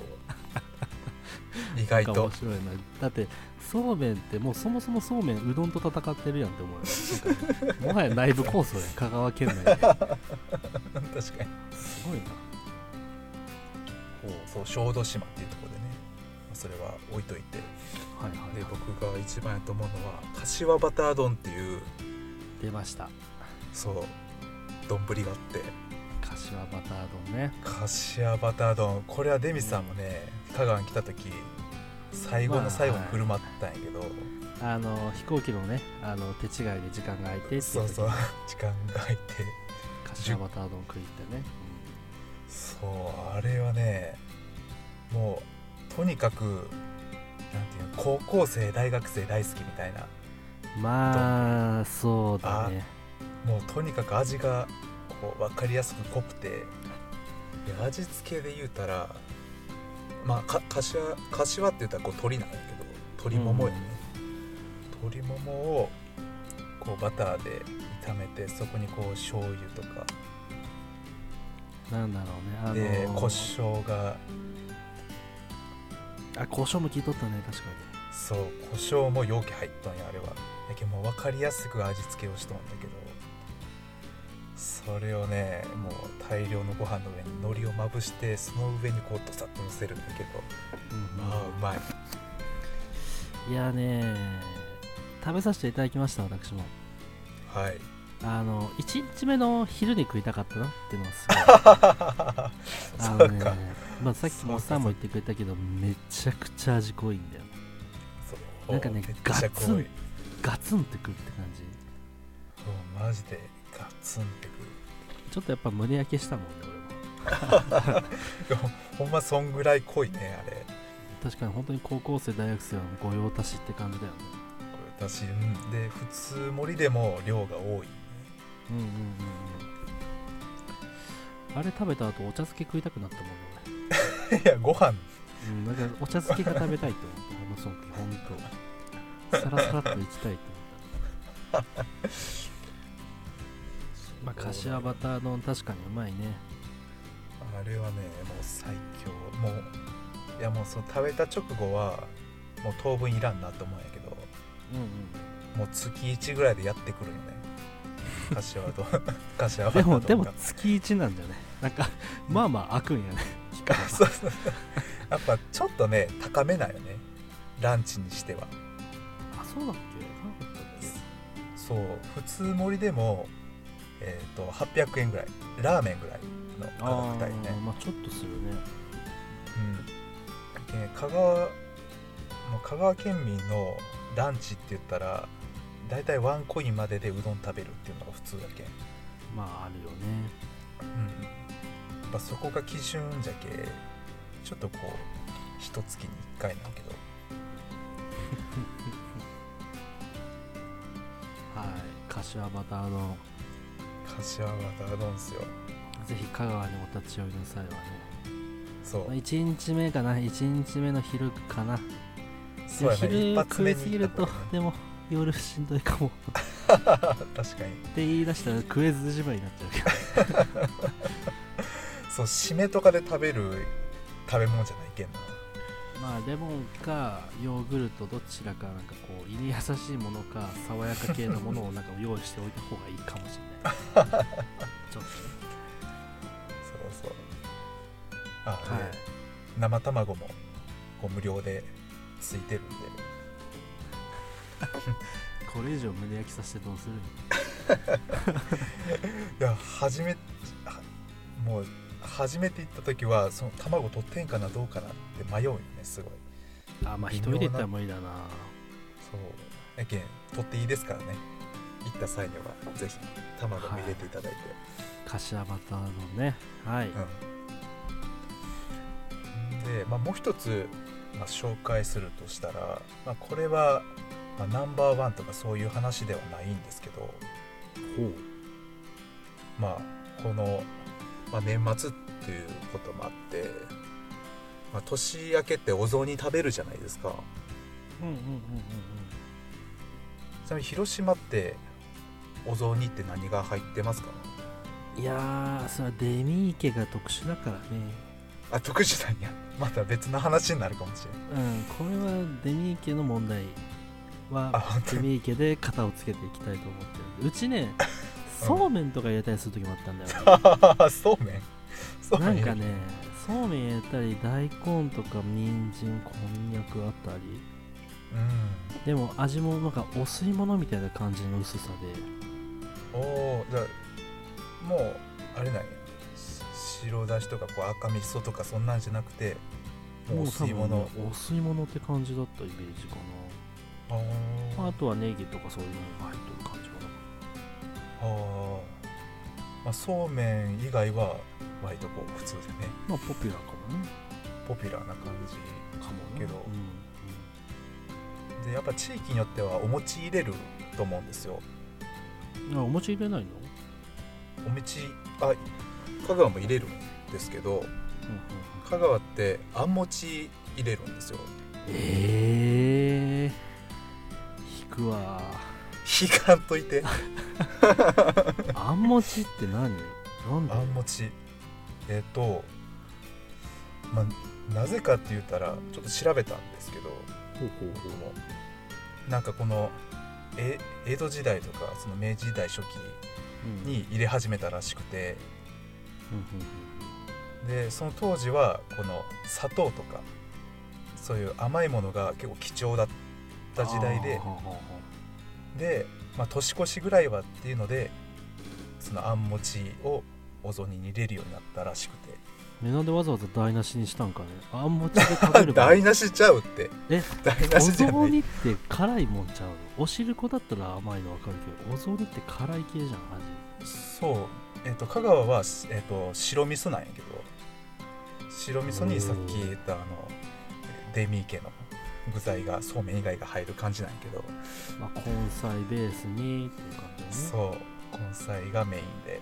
意外
どんなんか
と
面白いなだってそうめんってもうそもそもそうめんうどんと戦ってるやんって思うよなんかもはや内部構 想やん香川県内で
確かに
すごいなほう
そう小豆島っていうところでねまあそれは置いといて
はいはい、
で
はい、
僕が一番やと思うのは柏バター丼っていう
出ました
そう丼があって
柏バター丼ね
柏バター丼これはデミさんもね香川に来た時最後の最後に振る舞ったんやけど、
あの飛行機のねあの手違いで時間が空いてっていう時
そうそう時間が空いて
柏バター丼食い行ってね、
そうあれはねもうとにかくなんていうの高校生大学生大好きみたいな
うんまあそうだね
もうとにかく味がこう分かりやすく濃くてで味付けで言うたらまあか柏柏って言ったらこう鶏なんやけど鶏ももやね、鶏ももをこうバターで炒めてそこにこう醤油とか
なんだろうね
で
あの
胡椒が
あ胡椒も効いとったね確か
そう胡椒も容器入っとんやあれはやけんもう分かりやすく味付けをしとんだけどそれをねもう大量のご飯の上に海苔をまぶしてその上にこうドサッとのせるんだけど
に、うん
まあうまい
いやね食べさせていただきました私も
はい
あの1日目の昼に食いたかったなっていうのがすごいあ
そ
の
うか
まあ、さっきもおっさんも言ってくれたけどめちゃくちゃ味濃いんだよ
そう
なんかね
めっちゃ
ガツン
濃い
ガツンってくるって感じ
そうマジでガツンってく
ちょっとやっぱ胸焼けしたもんね俺も
る ほんまそんぐらい濃いねあれ
確かに本当に高校生大学生の御用達って感じだよね
これだし、うん、で普通森でも量が多い
うんうんうんうんあれ食べた後お茶漬け食いたくなったもんね
いやご飯
俺うんなんかお茶漬けが食べたいと思ったあの時ほんとサラサラっといきたいと思ったまあ柏バター丼確かにうまいね
あれはねもう最強もういやもうその食べた直後はもう当分いらんなと思うんやけど
うんうん
もう月1ぐらいでやってくるよね柏 と柏
でも
と
でも月1なんだよねなんかまあまあ開くんやね期間は
そうそうそうやっぱちょっとね高めなよねランチにしては
あそうだっけなかったっけ
そう普通盛りでもえっ、と800円ぐらいラーメンぐらいの価格帯ね
あーまあちょっとするね
うんで香川もう香川県民のランチって言ったら大体ワンコインまででうどん食べるっていうのが普通だけん、
まああるよね
やっぱそこが基準じゃけちょっとこう一月に1回なんやけど
はい柏バター丼
柏はダドンっすよ
ぜひ香川にお立ち寄りの際はね、
そう
まあ、1日目かな1日目の昼かな
そうやね
昼
一発
食
目
いすぎ
に行
る
った
と
ことね
でも夜しんどいかも
確かに
って言い出したら食えずじまいになっちゃうけど
そう締めとかで食べる食べ物じゃないけんな
まあレモンかヨーグルトどちらかなんかこう胃に優しいものか爽やか系のものをなんか用意しておいた方がいいかもしれない ちょっ
そうそうあ、
とねはい
で生卵もこう無料でついてるんで
これ以上胸焼きさせてどうする
いや初めはもう初めて行った時はその卵取ってんかなどうかなって迷うよねすごい
あまあ
微
一
妙
人
な
で行ったら無理だな
そうやけん取っていいですからね行った際にはぜひ卵も入れていただいて、
柏バター丼ねはい、
うん、で、まあ、もう一つ、まあ、紹介するとしたら、まあ、これは、まあ、ナンバーワンとかそういう話ではないんですけど、
ほう
まあ、この、まあ、年末っていうこともあって、まあ、年明けってお雑煮食べるじゃないですか
うんうんうんうん
ちなみに広島ってお雑煮って何が入ってますか
うんいやーそれはデミー家が特殊だからね
あ特殊なんやまた別の話になるかもしれない
うんこれはデミー家の問題
あ
は
本当
デ
に
ミー家で型をつけていきたいと思ってるうち ねそうめんとか入れたりする時もあったんだよ、
そうめんそうめ
なんんかねそうめん入れたり大根とか人参こんにゃくあったり
うん
でも味もなんかお吸い物みたいな感じの薄さで
おおじゃあもうあれなんやし白だしとかこう赤みそとかそんなんじゃなくてもうお吸い物
もう多分ねお吸い物って感じだったイメージか
あー
な、まあ、あとはネギとかそういうのが入ってる感じかな
あーまあ、そうめん以外は割とこう普通でね
まあポピュラーかもね
ポピュラーな感じ
かもね
けど
うん
でやっぱ地域によってはお餅入れると思うんですよ
うんあお餅入れないの、
お餅あ香川も入れるんですけど香川ってあん餅入れるんですよ
ええー、引くわ
引かんといて
あん餅って何なんだ
あん餅えっ、とまあなぜかって言ったらちょっと調べたんですけど
ほうほうほう
なんかこのえ江戸時代とかその明治時代初
うん
期に入れ始めたらしくて
うん
でその当時はこの砂糖とかそういう甘いものが結構貴重だった時代で
あーはあは
で、まあ、年越しぐらいはっていうのでそのあん餅をお雑煮に入れるようになったらしくて
あねなんでわざわざ台無しにしたん かねあん餅で食べる
台無しちゃうって
え
台
お
無しじゃな
雑
い
煮って辛いもんちゃうのお汁粉だったら甘いのわかるけどお雑煮って辛い系じゃん
そう、えっと香川は、えっと白味噌なんやけど白味噌にさっき言ったあのデミー家の具材がそうめん以外が入る感じなんやけど、
まあ、根菜ベースにっていう感じね
そう根菜がメインで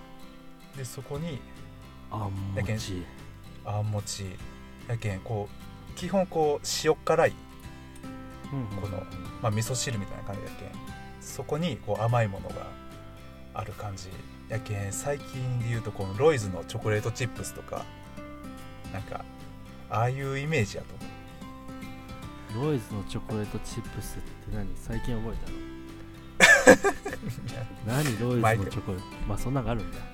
でそこに
あん
だけ
もち
あんもちやけんこう基本こう塩辛い、
うんうん
このまあ、味噌汁みたいな感じやけんそこにこう甘いものがある感じやけん最近で言うとこのロイズのチョコレートチップスとかなんかああいうイメージやと思う
ロイズのチョコレートチップスって何最近覚えた の何ロイ
毎
ズの
回
チョコレートまあそんなのがあるんだ、は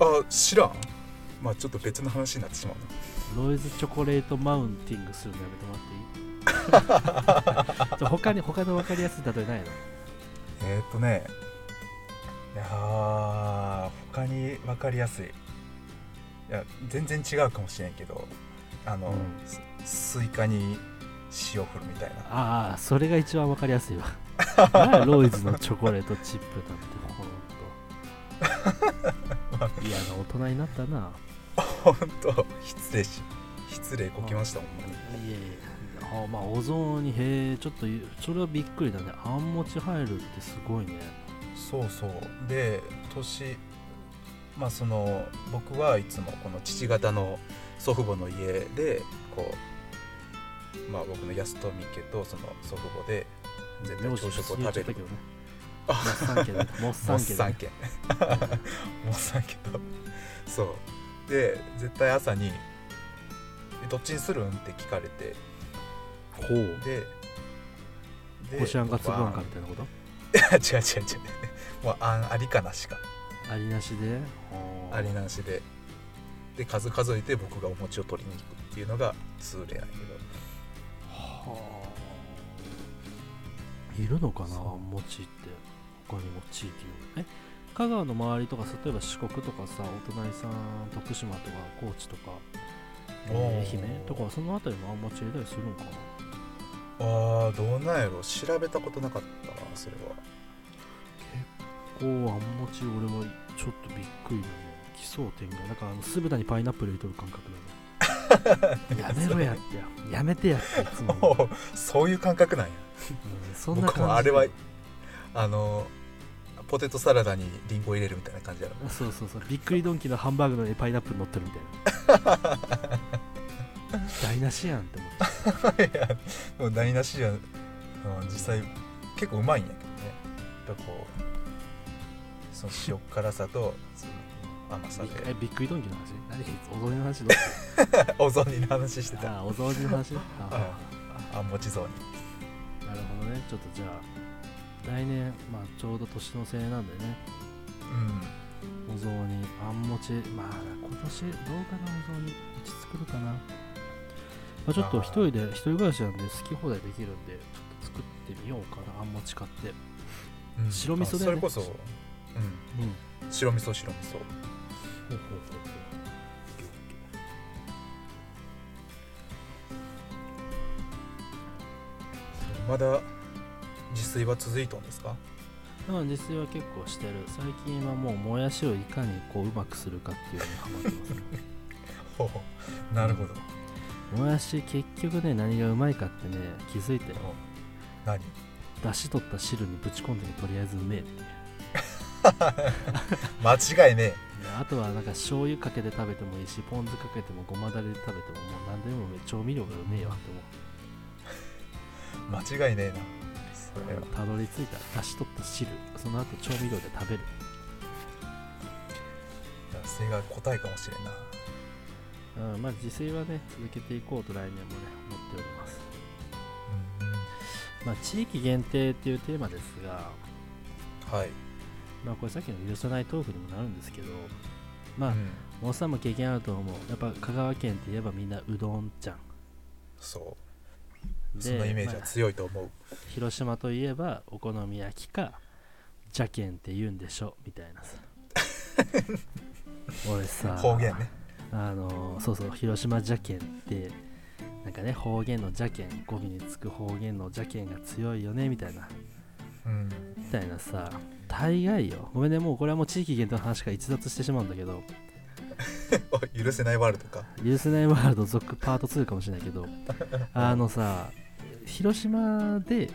あはあ
あ知らんまあちょっと別の話になってしまう
はあ、ロイズチョコレートマウンティングするのやめてもらっていい ちょ他に他の分かりやすい例えないの
なえーっとねいやー他に分かりやすいいや全然違うかもしれんけどあの、
うん
ススイカに塩振るみたいな
ああそれが一番分かりやすいわなんやロイズのチョコレートチップなんてほん と嫌な大人になったな
本当失礼し失礼こきましたほんまに
いえいえあまあお雑煮へえちょっとゆそれはびっくりだねあんもち入るってすごいね
そうそうで年まあその僕はいつもこの父方の祖父母の家でこうまあ僕の安富家とその祖父母で絶対
名字
朝食を
忘れ
食
ちゃ
べ
ったけど
る
ねモッサン家だねモッサ
モッ
ン家
サ
だ
ン
ね
家モッサン家とそうで絶対朝に「えどっちにするん?」って聞かれて
ほう
でで
こしあんかつぶあんか
ま
みたいなこと
あ 違う違う違うもうあんありかなしか
ありなしでほう
ありなしでで数数えて僕がお餅を取りに行くっていうのが通例なんやけ
はあいるのかなあ
そうん
もちって他にも地域のえ香川の周りとか例えば四国とかさお隣さん徳島とか高知とか、えー
おー
愛媛とかその辺りもあんもち入れたりするのかな
どああどうなんやろ調べたことなかったなそれは
おおあんもち俺はちょっとびっくりだね奇想天外なんかあの酢豚にパイナップル入れとる感覚 だねやめろやってややめてやっていつ も思う、
おー そういう感覚なんや
うんそんな感じ
僕もあれはあのポテトサラダにリンゴ入れるみたいな感じやろ
そうそうそうびっくりドンキーのハンバーグの上にパイナップル乗ってるみたいな台無しやんって思って
いやでも台無しじゃ、うん、実際結構うまいんやけどねやっぱこうその塩辛さとその甘さ
びっくりえ
で
びっくりドンキーの話何お雑煮の話どうし
お雑煮の話して
た
た
あーお雑煮の話あ
あんもち雑煮
ーなるほどねちょっとじゃあ来年、まあ、ちょうど年のせいなんでね
うん
お雑煮あんもちまあ今年どうかなお雑煮うち作るかな、まあ、ちょっと一人で一人暮らしなんで好き放題できるんでちょっと作ってみようかなあんもち買って
うん
白味噌だ
そ
よ
れ
ね
こそ、う
うん
ん、白味噌白味噌
ほうほうほ
まだ自炊は続いとんですか
うほううん、実炊は結構してる最近はもうもやしをいかにこううまくするかっていうのにハマってますね
ほうなるほど、
もやし結局ね何がうまいかってね気づいて
何
出汁取った汁にぶち込んでもとりあえずうめえっていう
間違いね
ねあとはなんか醤油かけて食べてもいいしポン酢かけてもごまだれで食べてももう何でもうめえ調味料がうめえよって思
え間違いねえなそれは
うたどり着いた出汁取った汁その後調味料で食べる
それが答えかもしれんな
うんまあ自炊はね続けていこうと来年もね思っております
う
まあ地域限定っていうテーマですが
んはい、
まあこれさっきの許さないトークにもなるんですけどま
う
あ
ん、
もうさんも経験あると思うやっぱ香川県って言えばみんなうどんじゃん
そ
で
うそのイメージ
ま
は
あ
強いと思う、
広島といえばお好み焼きかじゃけんって言うんでしょみたいな さ俺さ
方言ね
あのそうそう広島じゃけんってなんかね方言のじゃけん語尾につく方言のじゃけんが強いよねみたいな
うん
みたいなさ大概よごめんねもうこれはもう地域限定の話から逸脱してしまうんだけど
許せないワールドか
「ユースナイワールド」続パート2かもしれないけどあのさ広島で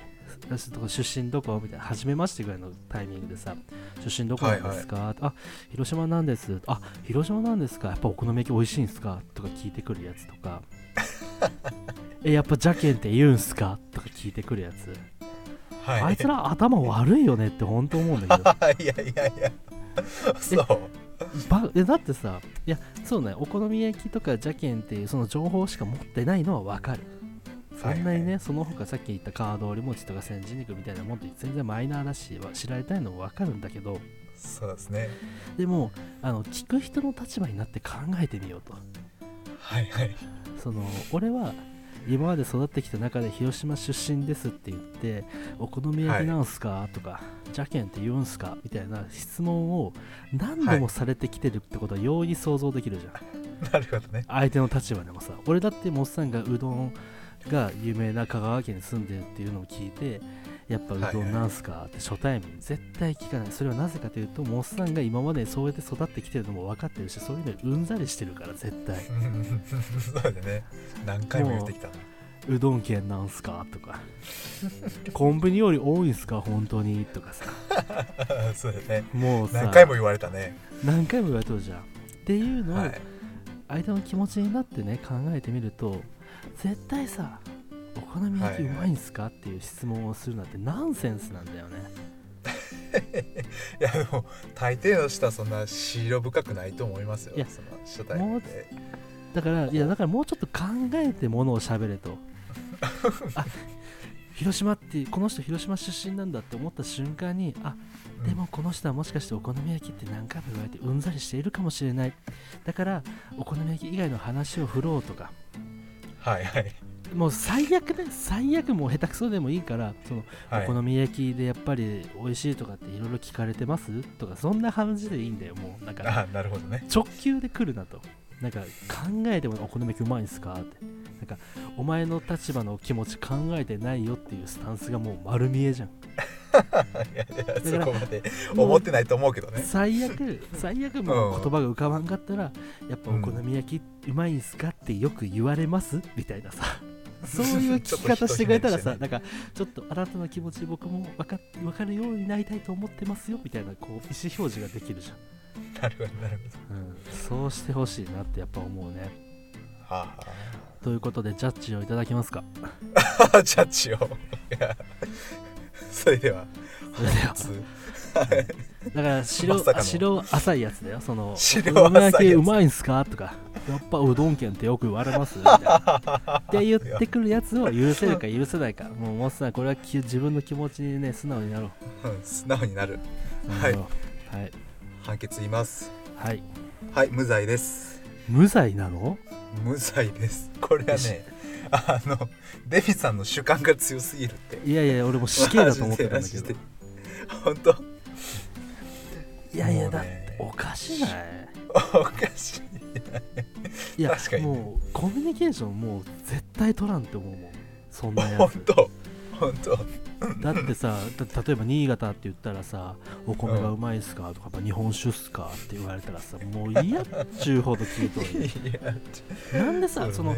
私とか出身どこみたいな初めましてぐらいのタイミングでさ出身どこなんですか、あ広島なんですあ広島なんですかやっぱお好み焼き美味しいんすかとか聞いてくるやつと かえやっぱじゃけんって言うんすかとか聞いてくるやつ、
はい、
あいつら頭悪いよねって本当思うんだけど
いやいやいやそう
ばえだってさいやそうねお好み焼きとかじゃけんっていうその情報しか持ってないのはわかるそんなにね、
はいは
その他さっき言った川通り餅とか千人肉みたいなもんって全然マイナーだしわ知られたいのもわかるんだけど
そうですね
でもあの聞く人の立場になって考えてみようと
はいはい
その俺は今まで育ってきた中で広島出身ですって言ってお好み焼きなんすか、とかじゃけんって言うんすかみたいな質問を何度もされてきてるってことは容易に想像できるじゃん、
なるほどね
相手の立場でもさ俺だってもっさんがうどんが有名な香川県に住んでるっていうのを聞いてやっぱうどんなんすかって初対面絶対聞かないそれはなぜかというともっさんが今までそうやって育ってきてるのも分かってるしそういうのにうんざりしてるから絶対
うん そうだね何回も言ってきたな
うどん県なんすかとか コンビニより多いんすか本当にとかさ
そうだね
もうさ
何回も言われたね
何回も言われてるじゃんっていうのを
はい
相手の気持ちになってね考えてみると絶対さお好み焼きうまいんすかっていう質問をするなんてナンセンスなんだよね
いやでも大抵の人はそんな白深くないと思いますよ
いや
その初対面で
だからいやだからもうちょっと考えてものを喋れ とあ広島ってこの人広島出身なんだって思った瞬間にあでもこの人はもしかしてお好み焼きって何回も言われてうんざりしているかもしれないだからお好み焼き以外の話を振ろうとか
はいはい
もう最悪ね最悪もう下手くそでもいいからその
は
お
い
好み焼きでやっぱり美味しいとかっていろいろ聞かれてますとかそんな感じでいいんだよもうなんか
あなるほどね
直球で来るなとなんか考えてもお好み焼きうまいんすかってなんかお前の立場の気持ち考えてないよっていうスタンスがもう丸見えじゃん
いやいや
から
そこまで思ってないと思うけどね
最悪最悪もう言葉が浮かばんかったらやっぱお好み焼きうまいんすかってよく言われますみたいなさそういう聞き方してくれたらさ、
ち
なんかちょっとあなたの気持ち僕も分か分かるようになりたいと思ってますよみたいなこう意思表示ができるじ
なるほどなるほど
ゃん、うん、そうしてほしいなってやっぱ思うね
は
ということでジャッジをいただきますか
あはあジャッジをいやそれでは
それで は
つ
だから白,、
まさかの
白浅いやつだよその「
白
お好み焼
浅
き
いやつ
うまいんすか?」とか「やっぱうどん県ってよく言われます」みたいなって言ってくるやつを許せるか許せないかもうモスさんこれはき自分の気持ちにね素直になろ
うん素直になる
う
はい
はい、
判決言います
はい、
はい無罪です
無罪なの
無罪ですこれは
よし
ねあのデビさんの主観が強すぎるって
いやいや俺も死刑だと思ってたんだけ
マジ
ど
でマジで本当
いやい
も
や
うね
だっておかしない
おかしい
いや
確かにね
もうコミュニケーションもう絶対取らんって思うもんそんなや
本
つ
当本当
だってさ た例えば新潟って言ったらさ「お米がうまいっすか?」とか「日本酒っすか?」って言われたらさもう嫌っちゅうほど聞いとる
いや
なんで
そ
さ
う
そ
ね
の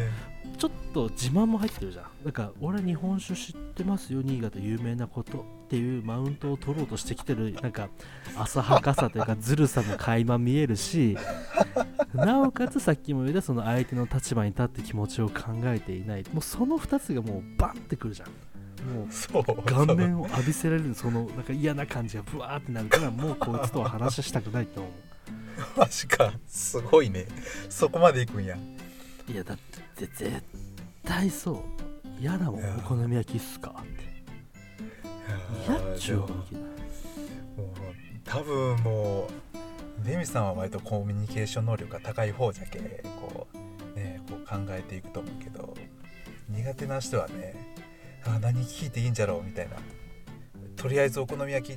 ちょっと自慢も入ってるじゃんなんか俺日本酒知ってますよ新潟有名なことっていうマウントを取ろうとしてきてるなんか浅はかさというかずるさも垣間見えるしなおかつさっきも言ったその相手の立場に立って気持ちを考えていないもうその2つがもうバンってくるじゃんもう
そう
顔面を浴びせられるそのなんか嫌な感じがブワーってなるからもうこいつとは話したくないと思
そうマジかすごいねそこまでいくんや
ういやだって絶対そう嫌だも
いや
んお好み焼きっすかって嫌っちゅうほ
も
ど聞いた
う多分もうデミさんは割とコミュニケーション能力が高い方じゃけこうねこう考えていくと思うけど苦手な人はねあ何聞いていいんじゃろうみたいなとりあえずお好み焼き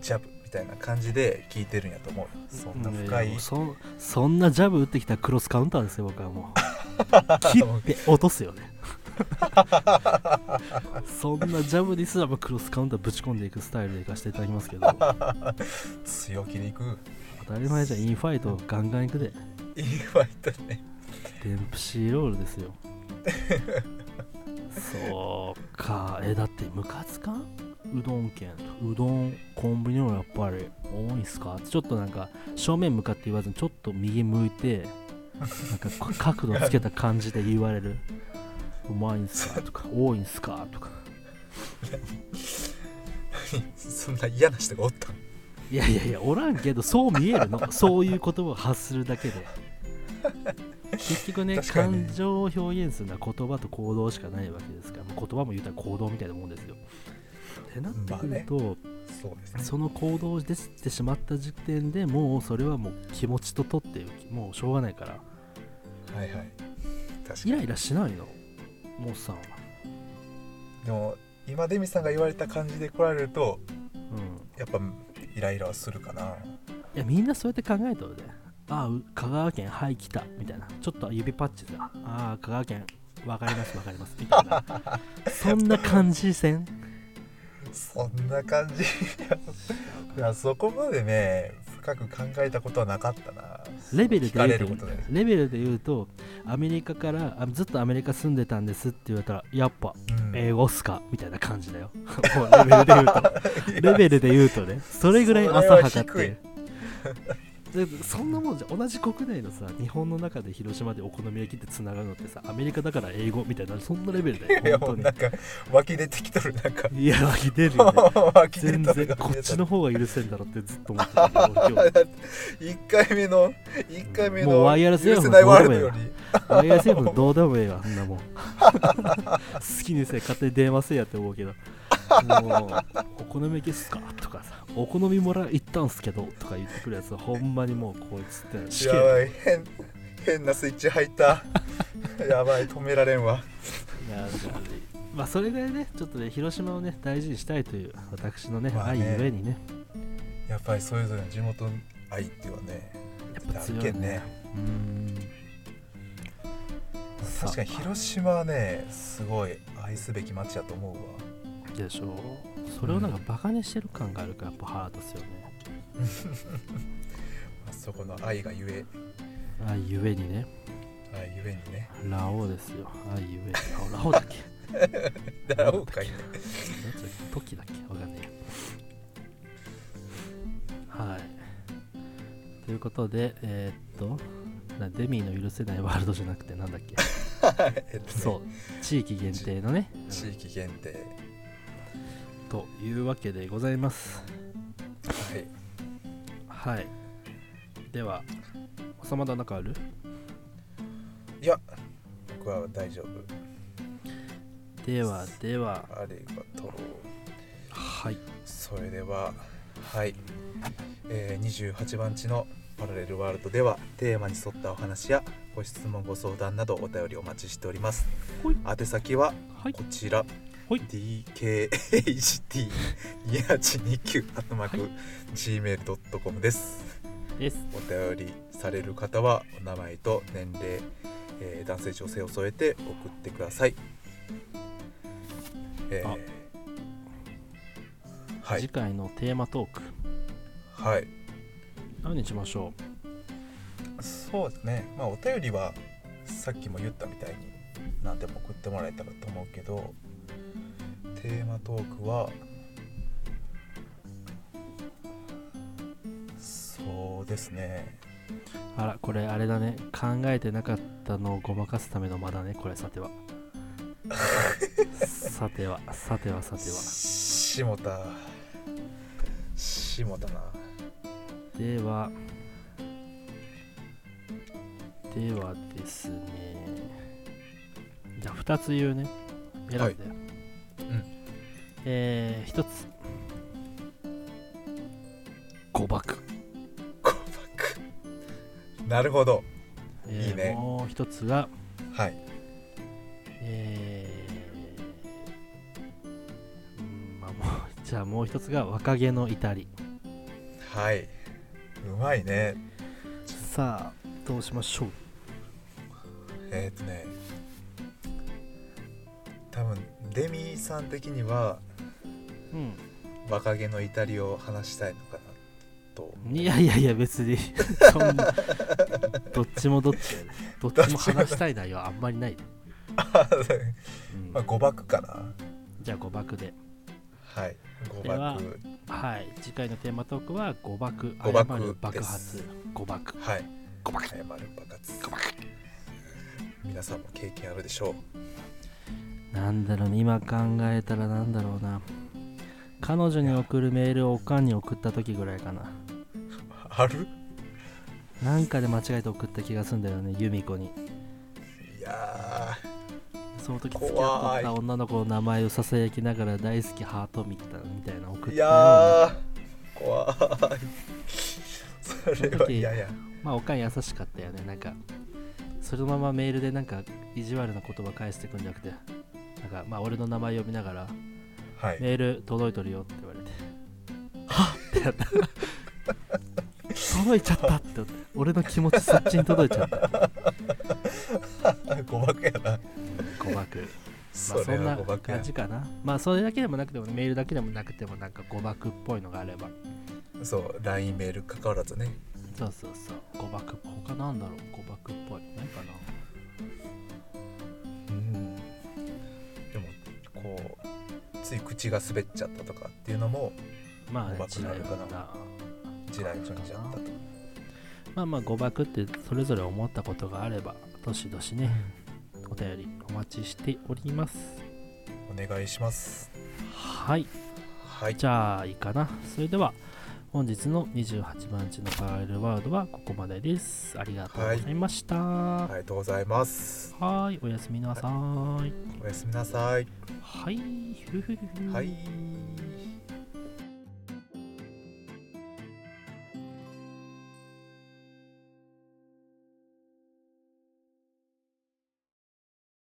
ジャブみたいな感じで聞いてるんやと思うそんな深
い
い
やそそんなジャブ打ってきたクロスカウンターですよ僕はも う切って落とすよねそんなジャブにすらもクロスカウンターぶち込んでいくスタイルでいかせていただきますけど当
強気でいく
たり前じゃんインファイトガンガンいくで
いいファイトね
デンプシーロールですよ そうかえだってムカつかんうどん県うどんコンビニもやっぱり多いんすかちょっとなんか正面向かって言わずにちょっと右向いてなんかこう角度つけた感じで言われるうまいんすかとか多いんすかとか
そんな嫌な人がおったん
いやいやいやおらんけどそう見える のそういう言葉を発するだけで結局ね
確かに
感情を表現するのは言葉と行動しかないわけですからもう言葉も言ったら行動みたいなもんですよってなってくると、
そうですね
その行動を出してしまった時点でもうそれはもう気持ちと取ってもうしょうがないから
はいはい確か
イ
に
ライラしないのモスさんは
でも今デミさんが言われた感じで来られると
うん
やっぱイライラはするかない
やみんなそうやって考えたので、ああう香川県はい来たみたいなちょっと指パッチでああ香川県わかりますわかりますみたい なそんな感じせん
そんな感じ いやそこまでね深く考えたことはなかったな
レベル
聞か
で
れ
言
る
う
こととで
レベルで言うとアメリカからあずっとアメリカ住んでたんですって言われたらやっぱ
うん
英語っすかみたいな感じだよもうレベルで言うとレベルで言うとね、それぐらい浅はかっ
それは
て。でそんなもんじゃん同じ国内のさ日本の中で広島でお好み焼きってつながるのってさアメリカだから英語みたいなそんなレベル
い
だ
や
よ
もう
本
なんか湧き出てきとるなん
当
か
にいや湧き出るよね
湧き出
全
とる
然
湧
こ
き出とる
っちの方が許せんだろってずっと思ってたけど俺今日
一回目の一回目の
もうワイヤレスイヤホン
許せないワールドより
ワイヤーセーフのどうでもええわ、あんなもん。好きにせえ、勝手に電話せえやって思うけど。もう、お好み焼きっすかとかさ、お好みもらい行ったんすけどとか言ってくるやつは、ほんまにもうこいつって死刑
やばい変変なスイッチ入った やばい止められんわ
いやまあ、それぐらいね、ちょっとね、広島をね、大事にしたいという、私のね、
まあね
愛ゆえにね、
やっぱりそれぞれの地元愛っていうのはね
やっぱ強
だけ
いね。
ね
うーん。さ
確かに広島はねすごい愛すべき街だと思うわ
でしょそれをなんかバカにしてる感があるから、やっぱ腹立つよね。
あそこの愛がゆえ
愛ゆえにね。
愛ゆえにね
ラオウですよ。あいうえ。あラオウだっけ
だろうかいね
なんつうのトキだっけわかんないや。はい。ということで、えーっと、なデミーの許せないワールドじゃなくて、なんだっけ
えっとね
そう、地域限定のね。
地域限定は
というわけでございます。
い
はい。では、おさまだなんかある
いや僕は大丈夫
では、では、
ありがとう
はい。
それでははい、えー28番地のパラレルワールドではテーマに沿ったお話やご質問ご相談などお便りお待ちしております
ほい
宛先は
はい
こ。ちら、
ほい
DKHT2829 アットマー
は
ク Gmail.com です
です。
お便りされる方はお名前と年齢、えー男性女性を添えて送ってください、えー
あ
は
次
い
回のテーマトーク、
はい
何にしましょう
そうですねまあお便りはさっきも言ったみたいに何でも送ってもらえたらと思うけどテーマトークはそうですね
あら、これあれだね。考えてなかったのをごまかすための間だね、これさて は。さては、さては、さては。
下田下田な
では、ではですね。じゃあ、2つ言うね。選んで。
はいん
えー、1つ。誤爆。
誤爆なるほど
えー
いいね
もう1つが、
はい
えーうんまあ、もうじゃあもう一つが若気の至り
はいうまいね
さあどうしましょう
えーっ、とね多分デミさん的には
うん
若気の至りを話したいのかなと
いやいやいや別 にそんなどっちもどっちどっちも話したい内容はあんまりないうん
まあ誤爆かな
じゃあ誤爆で
はい誤
では
爆
はい次回のテーマトークは誤爆
誤爆
誤る爆
で
発誤爆
はい
誤爆
謝る爆発皆さんも経験あるでしょう
なんだろうね今考えたらなんだろうな彼女に送るメールをおかんに送った時ぐらいかな
ある
なんかで間違えて送った気がすんだよね由美子に
いや
その時付き合ってた女の子の名前をささやきながら大好きハートみたいなみたいな送った
ー
よう
い
な
やー怖いそれはいやいや
まあおかん優しかったよねなんかそのままメールでなんか意地悪な言葉返してくんじゃなくてなんかまあ俺の名前呼びながら
はい
メール届いとるよって言われてはっってなった届いちゃったって思って俺の気持ちそっちに届いちゃった
誤爆やな
誤爆まあ
そ
そ
れ
ん
は
な
誤爆や
感じかなまあそれだけでもなくてもメールだけでもなくてもなんか誤爆っぽいのがあれば
そう LINE メール関わらずね
そうそうそう誤爆他なんだろう誤爆っぽいないかな
うんでもこうつい口が滑っちゃったとかっていうのも
まあね
誤爆
違
にな
う
るか
か
な
な
地雷踏んじゃったと
まあまあ誤爆ってそれぞれ思ったことがあればどしどしねお便りお待ちしております
お願いします
はい
はい
じゃあいいかなそれでは本日の28番日のパラレルワールドはここまでですありがとうございました
あ
は
りがとうございます
いおやすみなさい
おやすみなさい
はいふふふふ
はい